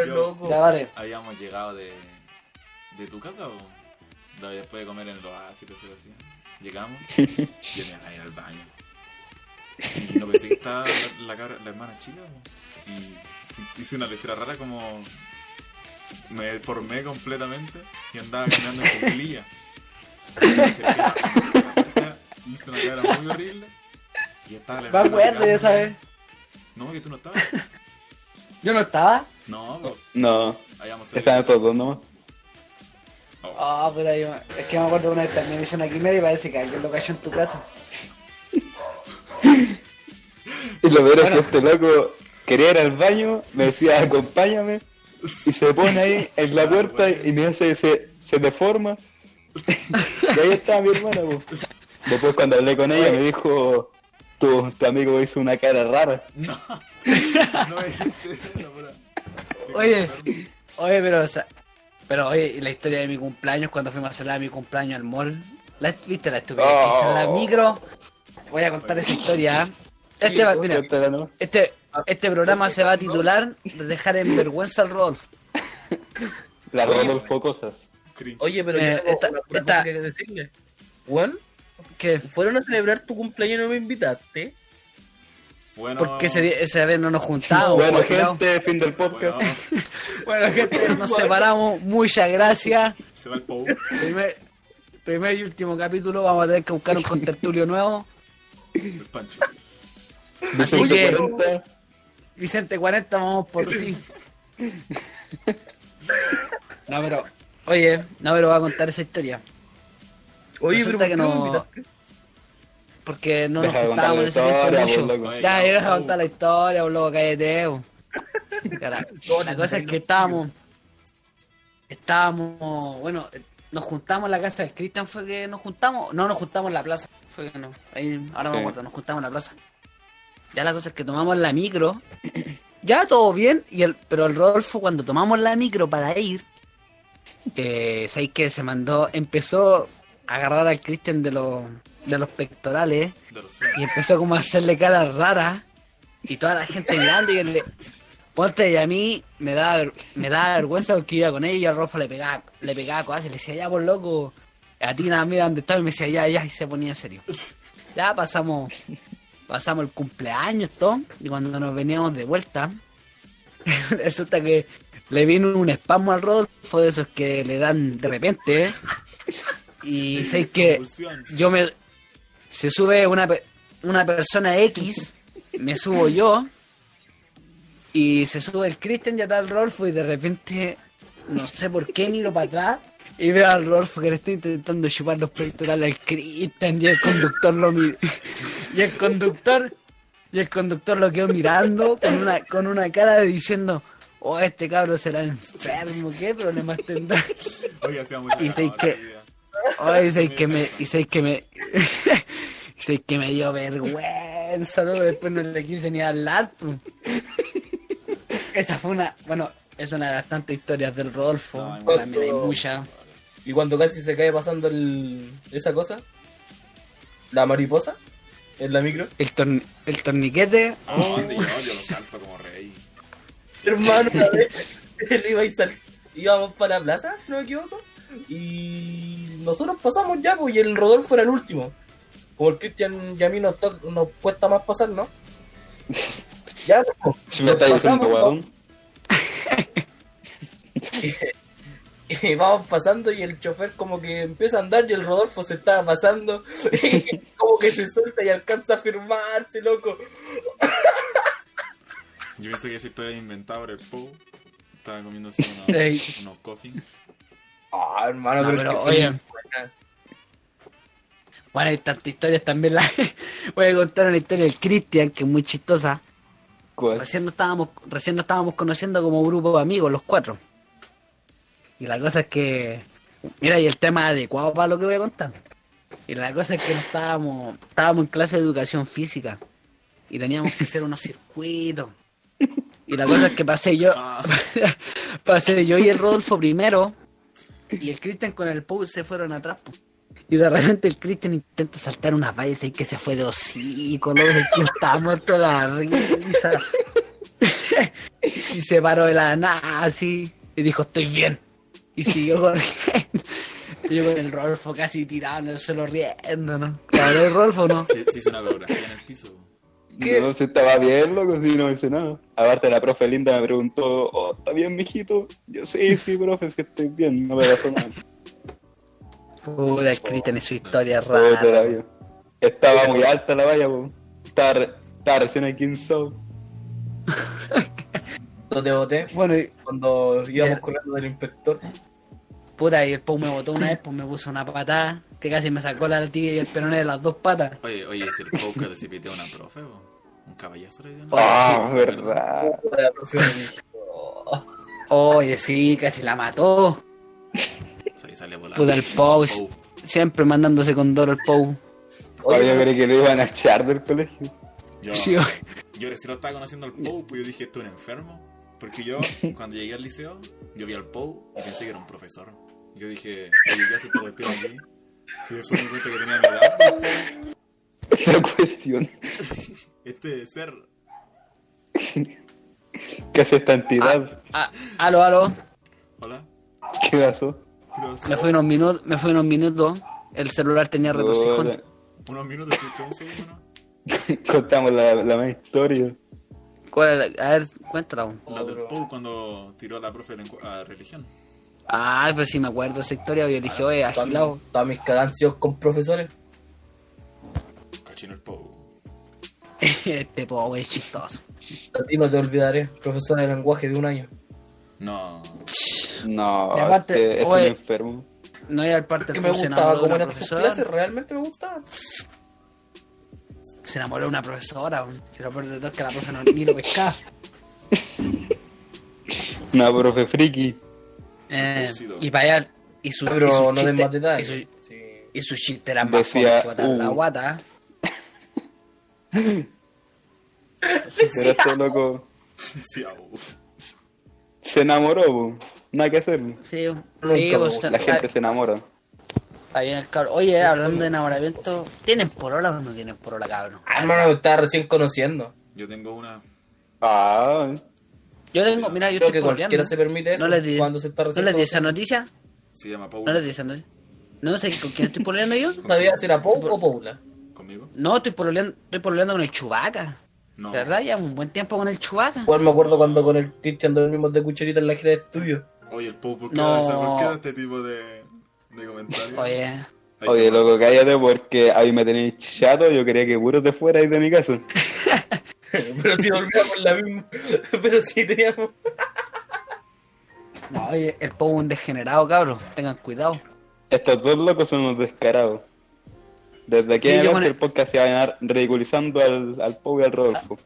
S3: Yo-
S4: Loco.
S1: Ya dale.
S3: Habíamos llegado de, de tu casa o de- después de comer en el oasis, cosas así. Llegamos, yo me iba a ir al baño. Y no pensé que estaba la, la cabra- la hermana chica. po. Y hice una lecera rara como. Me deformé completamente y andaba caminando en cuclilla. Y me acerqué a la- a la puerta, Hice una cara muy horrible. Y estaba la
S1: Me
S3: hermana.
S1: acuerdo, ya
S3: pegando.
S1: sabes.
S3: No, que tú no estabas.
S1: Yo no estaba.
S3: No, po,
S2: No,
S3: habíamos salido.
S2: estaban todos nomás.
S3: Oh.
S1: Ah, puta, yo. Es que me acuerdo una vez también hice una quimera y parece que alguien lo cayó en tu casa.
S2: Y lo peor es que este loco quería ir al baño, me decía, acompáñame, y se pone ahí en
S1: Ah,
S2: la puerta y me hace, se, se deforma. Y ahí estaba mi hermana, po. Después cuando hablé con ella me dijo, tu, tu amigo hizo una cara rara.
S3: No, no me dijiste eso, pura.
S1: Oye, oye, pero, o sea, pero oye, y la historia de mi cumpleaños, cuando fuimos a celebrar mi cumpleaños al mall, ¿La, ¿viste la estupidez que hizo en
S2: Oh.
S1: la micro? Voy a contar esa historia. ¿eh? Este va, mira,
S2: Cuéntala nomás.
S1: este, este programa se va a titular Dejar en vergüenza al Rodolfo.
S2: La Rodolfo Cosas.
S3: Cringe.
S4: Oye, pero
S1: Eh,
S4: yo tengo
S1: esta-
S4: una- una
S1: esta-
S4: cosa que decirle. Weón,
S1: ¿Qué?
S4: fueron a celebrar tu cumpleaños y no me invitaste.
S3: bueno,
S1: Porque ese, día- esa vez no nos juntamos.
S2: bueno,
S1: porque no-
S2: gente, fin del
S3: bueno,
S2: podcast.
S1: Bueno, gente, nos separamos. Muchas gracias.
S3: se va el Pou.
S1: Primer, primer y último capítulo. Vamos a tener que buscar un contertulio nuevo.
S3: El Pancho.
S1: Así que,
S2: 140.
S1: Vicente 40, vamos por ti. No, pero, oye, no, pero voy a contar esa historia.
S4: Oye,
S1: Resulta
S4: pero
S1: que
S4: ¿por qué
S1: no-
S4: me invitaste?
S1: Porque no
S2: Deja de
S1: nos
S2: contar
S1: juntábamos
S2: la
S1: en ese tiempo
S2: historia,
S1: mucho.
S2: por loco.
S1: Ya, ya deja de contar la historia, boludo, cállate. bo. Cara, la cosa es que estábamos. Estábamos. Bueno, eh, nos juntamos en la casa del Cristian, fue que nos juntamos. No, nos juntamos en la plaza. Fue que no. Ahí, ahora me
S2: Sí.
S1: acuerdo, nos juntamos en la plaza. Ya la cosa es que tomamos la micro. Ya todo bien, y el, pero el Rodolfo cuando tomamos la micro para ir, eh, ¿sabéis que se mandó? Empezó a agarrar al Cristian de los, de los pectorales
S3: De los
S1: y empezó como a hacerle caras raras y toda la gente mirando y él le... Ponte y a mí me da me da vergüenza porque iba con ella y al Rolfo le pegaba, le pegaba cosas, le decía ya por loco, a ti nada mira dónde estaba y me decía ya, ya y se ponía serio. Ya pasamos, pasamos el cumpleaños todo, y cuando nos veníamos de vuelta, resulta que le vino un espasmo al Rodolfo de esos que le dan de repente, ¿eh? y sé que
S3: Convulsiones.
S1: yo me se sube una, pe- una persona X, me subo yo, y se sube el Christian y atrás el Rolfo, y de repente, no sé por qué, miro para atrás, y veo al Rolfo que le está intentando chupar los pectorales al Christian, y el conductor lo mi- y el conductor, y el conductor lo quedó mirando con una, con una cara de diciendo, oh, este cabro será enfermo, ¿qué problemas tendrá?
S3: Oye, hacía mucha
S1: Y sé
S3: cagada
S1: que-
S3: ese día.
S1: Ay, sé que me, y sé que me, sé que me dio vergüenza, ¿no? Después no le quise ni hablar. pu. Esa fue una, bueno, es una de las tantas historias del Rodolfo.
S3: No, hay
S1: También hay muchas.
S4: Y cuando casi se cae pasando el... esa cosa, la mariposa, en la micro.
S1: El, torni- el torniquete.
S3: Ah, ¿dónde yo? Yo lo salto como rey.
S4: Hermano, una vez arriba y sal... íbamos para la plaza, si no me equivoco. Y nosotros pasamos ya, pues, y el Rodolfo era el último. Como el Cristian y a mí nos, to- nos cuesta más pasar, ¿no? Ya, pues,
S2: Si me estás diciendo,
S4: pasamos,
S2: weón.
S4: Y vamos pasando y el chofer como que empieza a andar y el Rodolfo se estaba pasando. Y como que se suelta y alcanza a firmarse, loco.
S3: Yo pensé que esa historia era inventada por el Pou. Estaba comiendo así unos,
S1: Ey.
S3: unos coffee.
S4: Ah, hermano,
S1: No,
S4: pero, es
S1: pero,
S4: que fue
S1: oye.
S4: buena.
S1: Bueno, hay tantas historias también. La... Voy a contar una historia del Cristian que es muy chistosa.
S2: ¿Cuál?
S1: Recién nos estábamos, recién nos estábamos conociendo como grupo de amigos, los cuatro. Y la cosa es que. Mira, y el tema es adecuado para lo que voy a contar. Y la cosa es que nos estábamos, estábamos en clase de educación física. Y teníamos que hacer unos circuitos. Y la cosa es que pasé yo. pasé yo y el Rodolfo primero. Y el Cristian con el Pou se fueron atrás. po. Y de repente el Cristian intenta saltar unas vallas y que se fue de hocico, loco, el tío estaba muerto de la risa. y se paró de la nada así y dijo, estoy bien. Y siguió corriendo. Y yo con el Rolfo casi tirado en el suelo riendo, ¿no? Claro, el Rolfo, ¿no?
S3: Se, se hizo una coreografía en el piso.
S4: ¿Qué?
S2: No, si estaba bien, loco, si no me hice nada. Aparte, la profe linda me preguntó, oh, ¿está bien, mijito? Yo, sí, sí, profe, sí estoy bien, no me pasó nada.
S1: Puta, el Cristian es su historia
S2: Todo
S1: rara.
S2: te la vio. Estaba muy alta la valla, po. Estaba, re- estaba recién aquí en Sao.
S4: Cuando te boté,
S1: Bueno, y-
S4: cuando íbamos
S1: Mierda.
S4: corriendo del inspector.
S1: puta, y el Pou me botó una vez, pues me puso una patada que casi me sacó la tibia y el peroné de las dos patas.
S3: Oye, oye, ese Pou que se piteó una profe, bo. Un caballazo le dio. ¿no?
S2: Ah,
S3: Sí,
S2: verdad.
S4: Para la profe me dijo, "Oh".
S1: Oye, sí, casi la mató.
S3: Sale, sale volando.
S1: Puta, el Pou.
S3: Pou.
S1: Siempre mandándose con Doro el Pou.
S2: Oye, yo
S4: Oye,
S2: creí que lo iban a echar del colegio.
S3: Yo,
S1: Sí, oye.
S3: yo recién lo estaba conociendo al Pou, pues yo dije, esto es un enfermo. Porque yo, cuando llegué al liceo, yo vi al Pou y pensé que era un profesor. Yo dije, oye, ¿qué hace esta cuestión aquí? Y después me di cuenta que tenía mi edad.
S2: La cuestión,
S3: Este ser.
S2: ¿qué hace esta entidad?
S1: Ah, aló, aló.
S3: Hola.
S2: ¿Qué pasó?
S3: ¿Qué te pasó?
S1: Me fui unos minutos, me fui unos minutos. El celular tenía retorcijón.
S3: Unos minutos, ¿tú- tú un segundo, ¿no?
S2: Contamos la, la más historia.
S1: ¿Cuál era? A ver, cuéntala. vos.
S3: La del
S4: Otro.
S3: Pou cuando tiró a la profe de lengu- a religión.
S1: Ah, pero si me acuerdo esa historia, yo dije, oye,
S4: todas-
S1: agilado.
S4: Todas mis cagancias con profesores.
S3: Cochino el Pou.
S1: este pobre es chistoso.
S4: A ti no te olvidaré, profesora de lenguaje de un año.
S3: No.
S2: No,
S1: Y aparte,
S2: este, este
S1: oye.
S2: es enfermo.
S1: No ir al parte
S4: Que
S1: del
S4: me
S1: club, se enamoró
S4: gustaba,
S1: de
S4: como
S1: una
S4: eran sus clases,
S1: profesora.
S4: realmente me gustaban.
S1: Se enamoró de una profesora. Y lo peor de todo es que la profe no ni lo pescaba.
S2: Una profe friki.
S1: Eh,
S3: Lúcido.
S1: y para allá. Y su, y su
S4: Pero no den
S1: chiste,
S4: más
S1: y
S4: detalles.
S1: su,
S4: Sí.
S1: y su chiste era más fome
S2: Decía,
S1: que matar la
S2: uh.
S1: guata.
S2: Pero este loco
S3: Decía, uh,
S2: se enamoró, po. Nada que hacer.
S1: Sí, sí
S4: me
S1: pues,
S4: gustó.
S2: La gente se enamora.
S1: Está bien el cabro. Oye, hablando de enamoramiento, ¿tienen porola o no tienen porola, cabrón?
S4: Ah, hermano, me estaba recién conociendo.
S3: yo tengo una.
S2: Ah,
S1: Yo tengo, mira, yo
S4: Creo
S1: estoy
S4: que cualquiera
S1: pololeando.
S4: se permite eso
S1: No les di,
S4: cuando se está
S1: ¿no
S4: recién
S1: les di esa
S4: conociendo.
S1: noticia?
S3: Se llama Paula.
S1: ¿No les di esa noticia? ¿No sé con quién estoy pololeando yo?
S4: No sabía si era Pou o Paula.
S3: ¿Conmigo?
S1: No, estoy pololeando, estoy pololeando con el Chubaca.
S3: No.
S1: De verdad, ya un buen tiempo con el Chubaca.
S4: Igual me acuerdo cuando con el Cristian dormimos de cucharita en la gira de estudio.
S3: Oye, el Pau, ¿por qué,
S1: No.
S3: da esa- ¿por qué da este tipo de, de comentarios?
S1: Oye,
S3: Ahí
S2: oye,
S3: está.
S2: loco, cállate porque a mí me tenéis chato. Yo quería que puros de fuera y de mi casa.
S4: Pero si dormíamos en la misma. Pero si teníamos.
S1: no, oye, el Pogo es un degenerado, cabrón. Tengan cuidado.
S2: Estos dos locos son unos descarados. Desde aquí
S1: Sí,
S2: en
S1: yo
S2: adelante
S1: con
S2: el...
S1: el-
S2: podcast se va a ganar ridiculizando al, al Pau y al Rodolfo.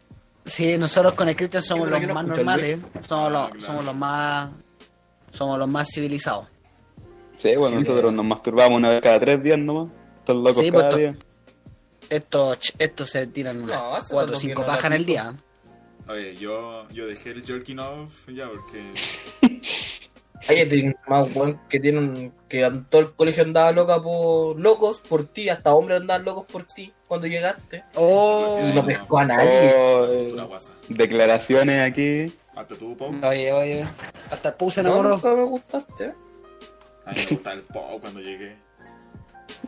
S1: Sí, nosotros con el Cristian somos
S4: Yo
S1: los
S4: creo que no
S1: más
S4: escucho al
S1: normales. Somos
S3: Ah,
S1: los,
S3: claro.
S1: somos los más... Somos los más civilizados.
S2: Sí, bueno,
S1: Sí,
S2: nosotros
S1: eh.
S2: nos masturbamos una vez cada tres días nomás. Estos locos
S1: Sí, pues,
S2: cada
S1: to-
S2: día.
S1: Estos, ch- estos se tiran unas
S4: No, eso
S1: cuatro o
S4: no
S1: cinco
S4: tiene
S1: pajas en el
S4: nada
S1: día.
S3: Oye, yo, yo dejé el jerking off ya porque.
S4: Cállate, más weón que tienen. Que an- todo el colegio andaba loca por. locos por ti, hasta hombres andaban locos por ti cuando llegaste.
S1: Oh,
S4: Y
S3: Ay,
S4: no
S3: no.
S4: pescó a nadie.
S2: Oh,
S3: Tú la
S2: eh,
S3: guasa. Ah,
S2: declaraciones aquí.
S3: Hasta tú, Pau.
S1: oye, oye. Hasta el Pou se
S4: No,
S1: enamoró.
S4: nunca me gustaste.
S3: A mí me gustaba el Pau cuando llegué.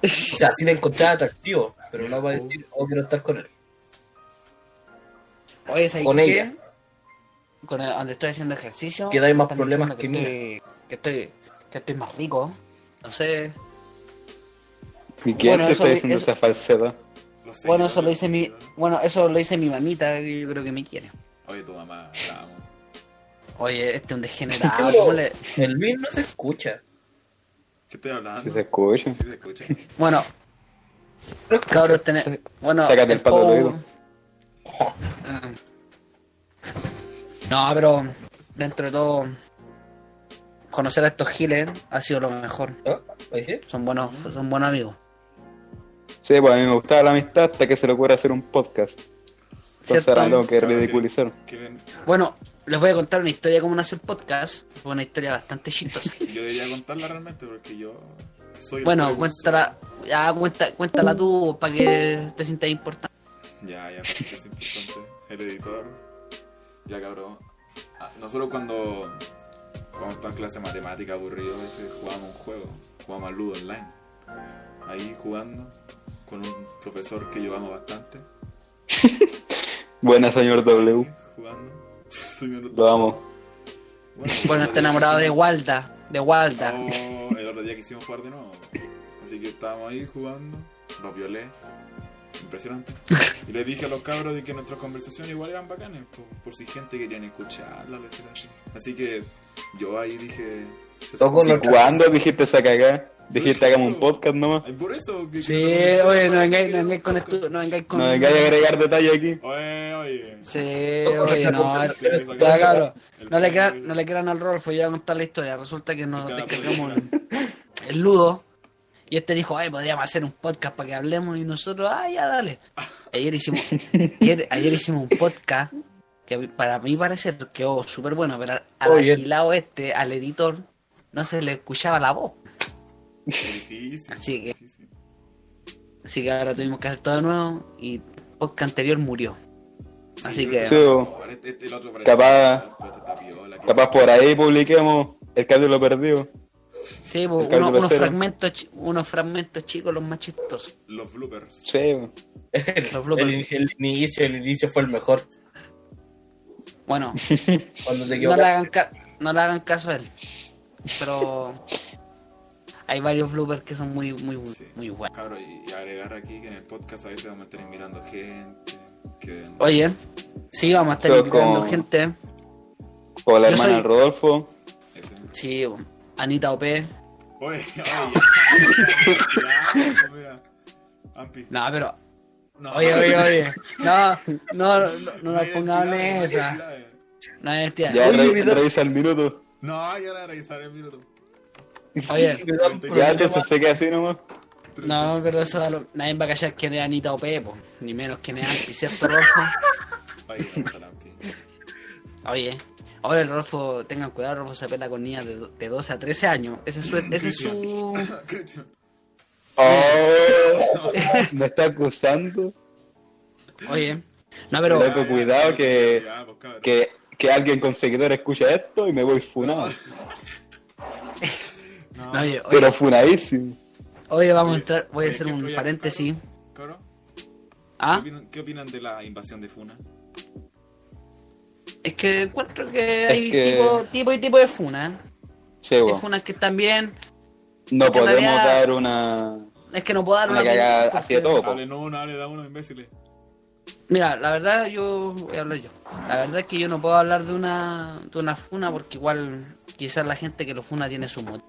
S4: O sea, sí te encontraba atractivo, pero no para decir, oh, quiero estar con él.
S1: Oye, ¿sabes
S4: Con
S1: qué?
S4: ella.
S1: Con el- donde estoy haciendo ejercicio.
S4: Que da más
S1: están
S4: problemas
S1: diciendo que estoy, que estoy Que estoy más rico. No sé.
S2: ¿Y quién
S1: Bueno,
S2: te
S1: eso
S2: está
S1: vi-
S2: diciendo
S1: eso-
S2: esa falsedad?
S3: Los
S1: Bueno,
S3: seguidores,
S1: eso lo dice
S3: los
S1: mi.
S3: seguidores.
S1: Bueno, eso lo dice mi mamita, que yo creo que me quiere.
S3: Oye, tu mamá, la amo.
S1: Oye, este es un degenerado. ¿cómo le-
S4: El Luis no se escucha.
S3: ¿Qué estoy hablando?
S2: Si se escucha.
S3: Sí se escucha.
S1: Bueno,
S4: No escucha.
S1: cabros, tenés. Bueno,
S2: Sácate el palo del
S1: Pou-
S2: oído.
S1: No, pero dentro de todo, conocer a estos giles ha sido lo mejor.
S4: ¿Ah? ¿Oye?
S1: Son buenos, son buenos amigos.
S2: Sí, pues a mí me gustaba la amistad hasta que se le ocurra hacer un podcast. Entonces
S1: ¿Cierto?
S2: ahora lo que
S3: Claro,
S2: ridiculizar.
S3: ¿Quieren?
S1: Bueno, les voy a contar una historia de cómo nació el podcast. Fue una historia bastante chistosa.
S3: Yo debería contarla realmente porque yo soy. el
S1: Bueno,
S3: puro
S1: cuéntala, ya, cuenta, cuéntala tú para que te sientas importante.
S3: Ya, ya, porque es importante. El editor. Ya, cabrón. Ah, Nosotros cuando. Cuando estamos en clase de matemática aburrido, a veces jugábamos un juego. Jugábamos al Ludo Online. Ahí jugando con un profesor que yo amo bastante.
S2: Buena, señor W.
S3: Ahí Jugando. Señor-
S2: Uh. Lo amo.
S1: Bueno,
S3: el
S1: está
S3: otro
S1: enamorado de
S3: día
S1: Walda, de Walda.
S3: quisimos- Oh, el otro día quisimos jugar de nuevo. Así que estábamos ahí jugando. Los violé. Impresionante. Y les dije a los cabros de que nuestras conversaciones igual eran bacanes. Por, por si gente querían escucharla, les era así. Así que yo ahí dije. se-
S4: Tocó
S3: se-
S4: los-
S2: ¿Cuándo dijiste esa cagada? Dijiste hagamos un podcast nomás.
S3: Ay, por eso. que- que
S1: Sí,
S3: no-
S1: oye, no vengáis, no vengáis con esto, no vengáis con...
S2: No me cae agregar detalle aquí.
S3: Oye, oye.
S1: Sí, oye, no,
S4: Esta
S1: este-
S3: conversación
S1: ya,
S3: está-
S1: cabrón,
S3: el-
S1: no le crean, no le crean al Rolfo, yo voy a contar la historia. Resulta que nos
S3: Cada
S1: descargamos
S3: persona.
S1: el ludo y este dijo, ay, podríamos hacer un podcast para que hablemos y nosotros, ay, ya dale. Ayer hicimos, ayer, ayer hicimos un podcast que a mí- para mí parece que quedó súper bueno, pero al, al
S4: Oye.
S1: agilado este, al editor, no se le escuchaba la voz.
S3: Es difícil.
S1: Así que-
S3: difícil.
S1: Así que ahora tuvimos que hacer todo de nuevo y el podcast anterior murió.
S3: Sí,
S1: Así
S3: yo
S1: que-
S3: creo
S2: Sí,
S3: no, este- este- el otro parece-
S2: Capaz-
S3: pero este está piola, que-
S2: Capaz por ahí publiquemos el capítulo perdido.
S1: Sí, pues,
S2: El
S1: uno-
S2: cálculo
S1: unos,
S2: cero.
S1: fragmentos, chi- unos fragmentos chicos, los más chistosos.
S3: Los bloopers.
S2: Sí, pues.
S4: El,
S1: Los bloopers.
S4: el- el inicio, el inicio fue el mejor.
S1: Bueno,
S4: Cuando te
S1: no le,
S4: equivocas.
S1: hagan ca- no le hagan caso a él. Pero hay varios bloopers que son muy, muy,
S3: Sí.
S1: muy buenos.
S3: Cabro, y y agregar aquí que en el podcast a veces vamos a estar invitando gente. Porque
S1: Oye, sí, vamos a estar
S2: Pero
S1: invitando
S2: con-
S1: gente.
S2: Como la
S1: Yo
S2: hermana
S1: soy-
S2: del Rodolfo.
S3: ese-
S1: Sí, bo. Anita OP.
S3: Oye, oye. ya, ya, mira. Ampi.
S1: No, pero.
S3: No.
S1: Oye, oye, oye. No, no, no, no nos
S3: hay
S1: pongamos en
S3: entidades, no hay
S1: esa.
S3: entidades.
S1: No hay entidades.
S2: Ya
S4: Oye,
S2: re-
S4: mira.
S2: revisa el minuto.
S3: No, ya la revisaré el minuto.
S1: Oye,
S4: Me da un
S2: Ya te
S4: problema.
S2: se queda así nomás.
S1: no, pero eso da lo... nadie va a callar quién es Anita OP, po. ni menos quién es Ampi, ¿cierto, Rolfo?
S3: Ay, hasta la Ampi.
S1: Oye, ahora el Rolfo, tengan cuidado, Rolfo se pela con niñas de, do- de 12 a 13 años. Ese es su. Ese es su...
S3: Cristian.
S2: Oh, me está acusando.
S1: Oye, no, pero.
S2: Loco, pues, cuidado que-
S3: ya, pues, cabrón.
S2: Que, que alguien con seguidor escucha esto y me voy funado.
S3: No,
S1: no, oye, oye,
S2: Pero funadísimo.
S1: oye, vamos a
S3: oye,
S1: entrar. Voy a
S3: oye,
S1: hacer
S3: que-
S1: un
S3: oye,
S1: paréntesis.
S3: Coro, ¿qué,
S1: ¿Ah?
S3: opinan, qué opinan de la invasión de Funa?
S1: Es que encuentro que
S2: Es
S1: hay
S2: que-
S1: tipo, tipo y tipo de funas.
S2: Che,
S1: Hay
S2: weón,
S1: funas que están bien.
S2: No
S1: que en
S2: podemos
S1: realidad-
S2: dar una.
S1: Es que no puedo dar
S2: Una
S1: una.
S2: cagada
S1: opinión
S2: así de
S1: porque-
S2: todo.
S3: Hablen uno, hablen a uno, imbéciles.
S1: Mira, la verdad, yo voy a hablar yo. La verdad es que yo no puedo hablar de una, de una funa porque igual quizás la gente que lo funa tiene su motivo.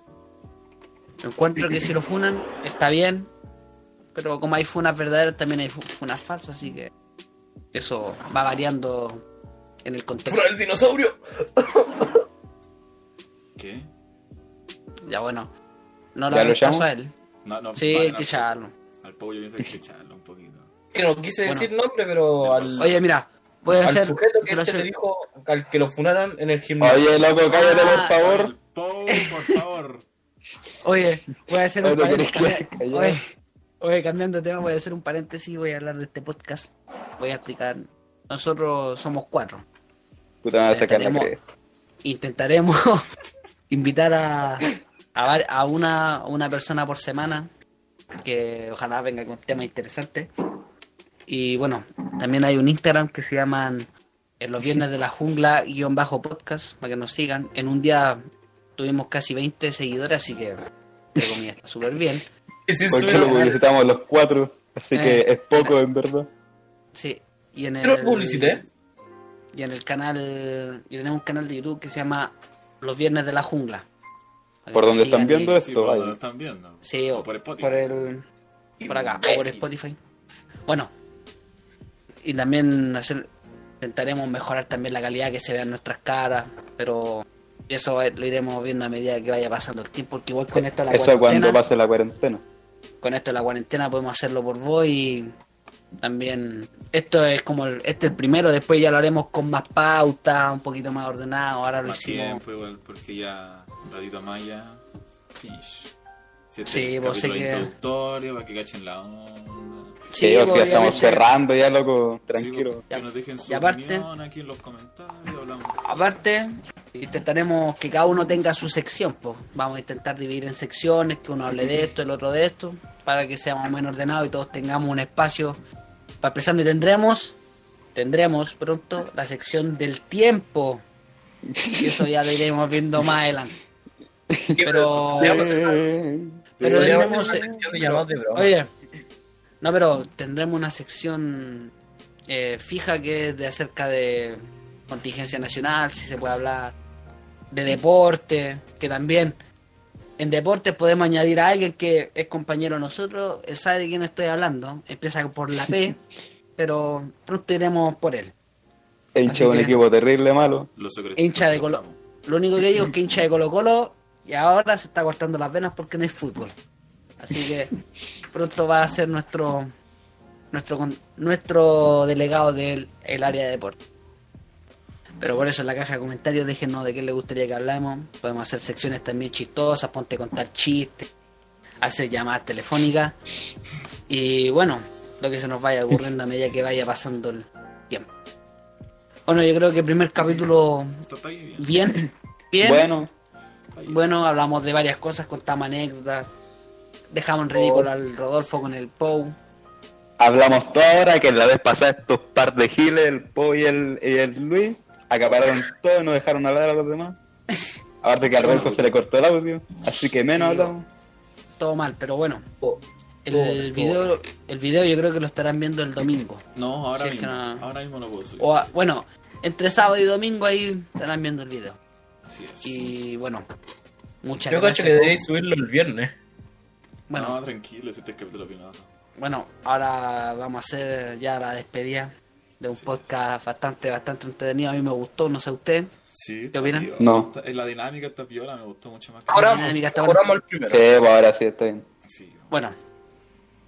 S1: Encuentro que si lo funan está bien, pero como hay funas verdaderas también hay fu- funas falsas, así que eso va variando en el contexto.
S4: ¡Fuera el dinosaurio!
S3: ¿Qué?
S1: Ya bueno, no le
S2: ¿Ya lo
S1: hagas caso
S2: llamo?
S1: a él.
S3: No, no,
S1: Sí,
S3: paren
S1: hay
S3: al-
S1: que echarlo.
S3: Al pollo pienso que hay que echarlo un poquito.
S4: Que no quise
S1: Bueno.
S4: decir nombre, pero al,
S1: Oye, mira, voy a
S4: al
S1: hacer...
S4: sujeto que
S1: voy a
S4: este
S1: hacer-
S4: le dijo al que lo funaran en el gimnasio.
S2: Oye, loco, cállate por
S1: Ah.
S3: El
S2: favor.
S3: Pou, por favor.
S1: Oye, voy a hacer
S2: Ay,
S1: un
S2: no querés
S1: paréntesis.
S2: que- que-
S1: Oye, oye, cambiando de tema, voy a hacer un paréntesis, voy a hablar de este podcast. Voy a explicar. Nosotros somos cuatro.
S2: Puta, me va a sacar la
S1: Tenemos-
S2: cresta.
S1: Intentaremos invitar a, a, var- a una, a una persona por semana, que ojalá venga con temas interesantes. Y bueno, también hay un Instagram que se llaman en los viernes de la jungla guión bajo podcast, para que nos sigan. En un día tuvimos casi 20 seguidores, así que... entre comillas, está súper bien.
S4: Y sin
S2: Porque
S4: subir
S2: lo
S1: Bueno,
S4: un-
S2: publicitamos los cuatro. Así
S1: Eh.
S2: que es poco, en verdad.
S1: Sí, y en
S4: Pero
S1: el
S4: publicité.
S1: y en el canal y tenemos un canal de YouTube que se llama Los Viernes de la Jungla. Para que
S2: Por
S1: nos
S2: donde
S1: sigan
S2: están viendo
S1: y-
S3: Sí,
S2: esto,
S3: por donde
S2: vaya.
S3: lo están viendo.
S1: Sí, o,
S3: por
S1: por
S3: Spotify.
S1: el- por acá o por
S4: Imbécil.
S1: Spotify. Bueno, y también hacer intentaremos mejorar también la calidad que se vean nuestras caras, pero eso eh, lo iremos viendo a medida que vaya pasando el tiempo, porque igual con esto de la
S2: Eso cuando
S1: cuarentena-
S2: pase la cuarentena.
S1: con esto de la cuarentena podemos hacerlo por voz y también esto es como el, este es el primero, después ya lo haremos con más pauta, un poquito más ordenado, ahora lo
S3: Más
S1: hicimos.
S3: tiempo igual, porque ya un ratito más ya... Finish. Si este
S1: Sí,
S3: es el
S1: vos sé
S3: capítulo
S1: que-
S3: introductorio, para que cachen la onda.
S2: Sí, o sea, estamos
S1: pues, obviamente.
S2: cerrando ya, loco.
S3: Sí, pues.
S2: Tranquilo.
S3: que nos dejen su
S1: Y aparte-
S3: opinión aquí en los comentarios, hablamos.
S1: Aparte, intentaremos que cada uno tenga su sección, pues. Vamos a intentar dividir en secciones, que uno hable de esto, el otro de esto, para que sea más o menos ordenado y todos tengamos un espacio para expresarnos. Y tendremos, tendremos pronto la sección del tiempo. Y eso ya lo iremos viendo más adelante. Pero- eh,
S4: Le vamos a-
S1: Pero
S4: Pero
S1: tenemos,
S4: tenemos,
S1: eh,
S4: eh, yo le
S1: pero-
S4: llamaba de broma.
S1: Oye, no, pero tendremos una sección eh, fija que es de acerca de contingencia nacional, si se puede hablar de deporte, que también en deportes podemos añadir a alguien que es compañero de nosotros, él sabe de quién estoy hablando, empieza por la P, pero pronto iremos por él.
S2: He hinchado un
S1: Así que-
S2: equipo terrible malo.
S3: Los secretos.
S1: Hincha de Colo. Lo único que digo es que hincha de Colo Colo y ahora se está cortando las venas porque no es fútbol. Así que pronto va a ser nuestro nuestro con- nuestro delegado del el área de deporte. Pero por eso en la caja de comentarios déjenos de qué les gustaría que hablamos. Podemos hacer secciones también chistosas, ponte a contar chistes, hacer llamadas telefónicas y bueno, lo que se nos vaya ocurriendo a medida que vaya pasando el tiempo. Bueno, yo creo que el primer capítulo
S3: Está, está bien, bien.
S1: Bien, bien. Bueno.
S2: Bueno,
S3: Está bien.
S1: hablamos de varias cosas, contamos anécdotas. Dejamos en ridículo al Rodolfo con el Pou.
S2: hablamos todo ahora que la vez pasada estos par de giles, el Po y el, y el Luis, acapararon todo y no dejaron hablar a los demás. Aparte que al Rolfo se le cortó el audio, así que menos
S1: Sí.
S2: hablamos.
S1: Oh, Todo mal, pero bueno. El, video, el video yo creo que lo estarán viendo el domingo.
S3: No, ahora
S1: Si es que
S3: mismo.
S1: no-
S3: Ahora mismo no puedo subir.
S1: O a- bueno, entre sábado y domingo ahí estarán viendo el video.
S3: Así es.
S1: Y bueno, muchas
S4: Yo cacho
S1: gracias.
S4: que
S1: po.
S4: deberéis subirlo el viernes.
S1: bueno,
S3: No, tranquilo, ese es el capítulo final.
S1: bueno, ahora vamos a hacer ya la despedida de un
S3: Así es.
S1: podcast bastante, bastante entretenido. A mí me gustó, no sé usted.
S3: Sí,
S1: ¿Qué opinan?
S3: está
S2: No.
S3: Está- eh, La dinámica está viola, me gustó mucho más que
S4: Juramos,
S1: dinámica está buena.
S4: juramos el primero.
S2: Sí, pues ahora sí está bien.
S3: Sí, bueno,
S1: Bueno,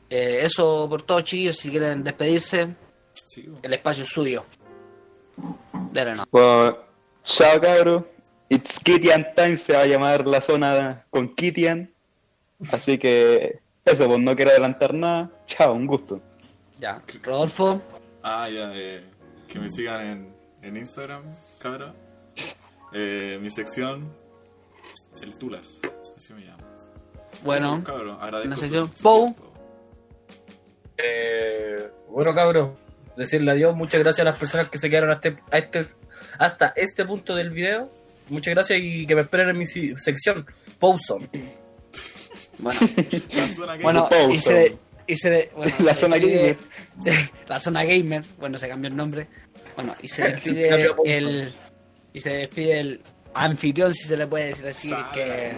S1: eh, eso por todo, chiquillos. Si quieren despedirse,
S3: sí, bueno.
S1: el espacio es suyo. Dérenos.
S2: Pues, chao cabros. It's Kitian Time se va a llamar la zona con Kitian. Así que eso, pues no quiero adelantar nada. Chao, un gusto.
S1: Ya. Rodolfo,
S3: Ah, ya, eh, que me sigan en, en Instagram, cabra. Eh, mi sección, el Tulas, así me llamo.
S1: bueno.
S3: Eso, cabro, agradezco
S1: una
S3: su-
S1: sección.
S3: su
S1: Pou.
S3: tiempo.
S4: Eh, bueno, cabros, decirle adiós. Muchas gracias a las personas que se quedaron hasta este, a este- hasta este punto del video. Muchas gracias y que me esperen en mi si- sección. Pauson.
S1: Bueno,
S3: La zona que-
S1: bueno
S2: pausa.
S1: y se, y se de- bueno,
S2: La
S1: se
S2: zona
S1: despide- la zona gamer, bueno, se cambió el nombre. Bueno, y se despide
S4: Cambio de
S1: el y se despide el anfitrión si se le puede decir así, el que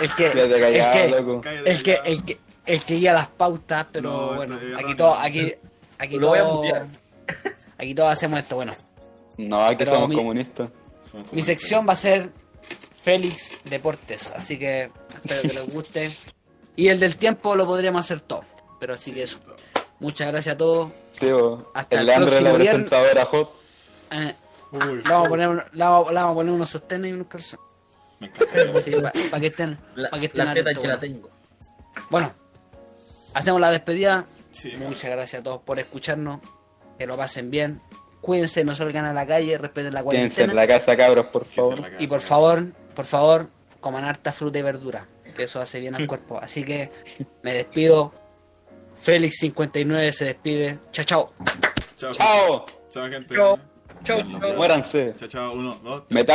S1: el que
S2: Ya te
S1: el
S2: callaba,
S1: que
S2: loco.
S3: Cállate,
S1: el que
S3: cállate.
S1: el que el que guía las pautas, pero
S3: No,
S1: bueno,
S3: este, estoy
S1: aquí
S3: errando.
S1: todo aquí aquí
S4: Lo voy a
S1: todo
S4: mutear.
S1: aquí todos hacemos esto, bueno.
S2: No, aquí
S1: Pero
S2: somos
S1: mi-
S2: comunistas.
S3: Somos como este.
S1: Mi
S3: el
S1: sección va a ser Félix Deportes, así que espero que les guste. Y el del tiempo lo podríamos hacer todo, pero así que eso. Muchas gracias a todos.
S2: Sí, pues,
S1: Hasta el
S2: el Leandro es la
S1: próximo viernes.
S2: presentadora hot.
S1: Eh, le
S3: Uy,
S1: vamos a poner, un- le vamos, le vamos a poner unos sostenes y unos calzones.
S3: Me encanta.
S1: para que estén,
S4: La,
S1: pa' que estén
S4: la teta
S1: atentos,
S4: yo la
S1: bueno.
S4: tengo.
S1: Bueno, hacemos la despedida.
S3: Sí,
S1: Muchas gracias a todos por escucharnos. Que lo pasen bien. Cuídense, no salgan a la calle, respeten la
S2: Quédense en
S1: cuarentena.
S2: la casa, cabros, por
S3: que se
S2: favor.
S3: la
S1: Y por
S3: casa,
S1: favor, por favor, coman harta fruta y verdura, que eso hace bien al cuerpo. Así que me despido. Félix59 se despide. Chao, chao.
S3: Chao, gente.
S2: ¡Chao!
S3: Chao, gente.
S4: Chao. Chao,
S3: Bien,
S4: chao.
S3: Chao,
S2: Muéranse.
S3: chao. Uno, dos, tres.
S2: Me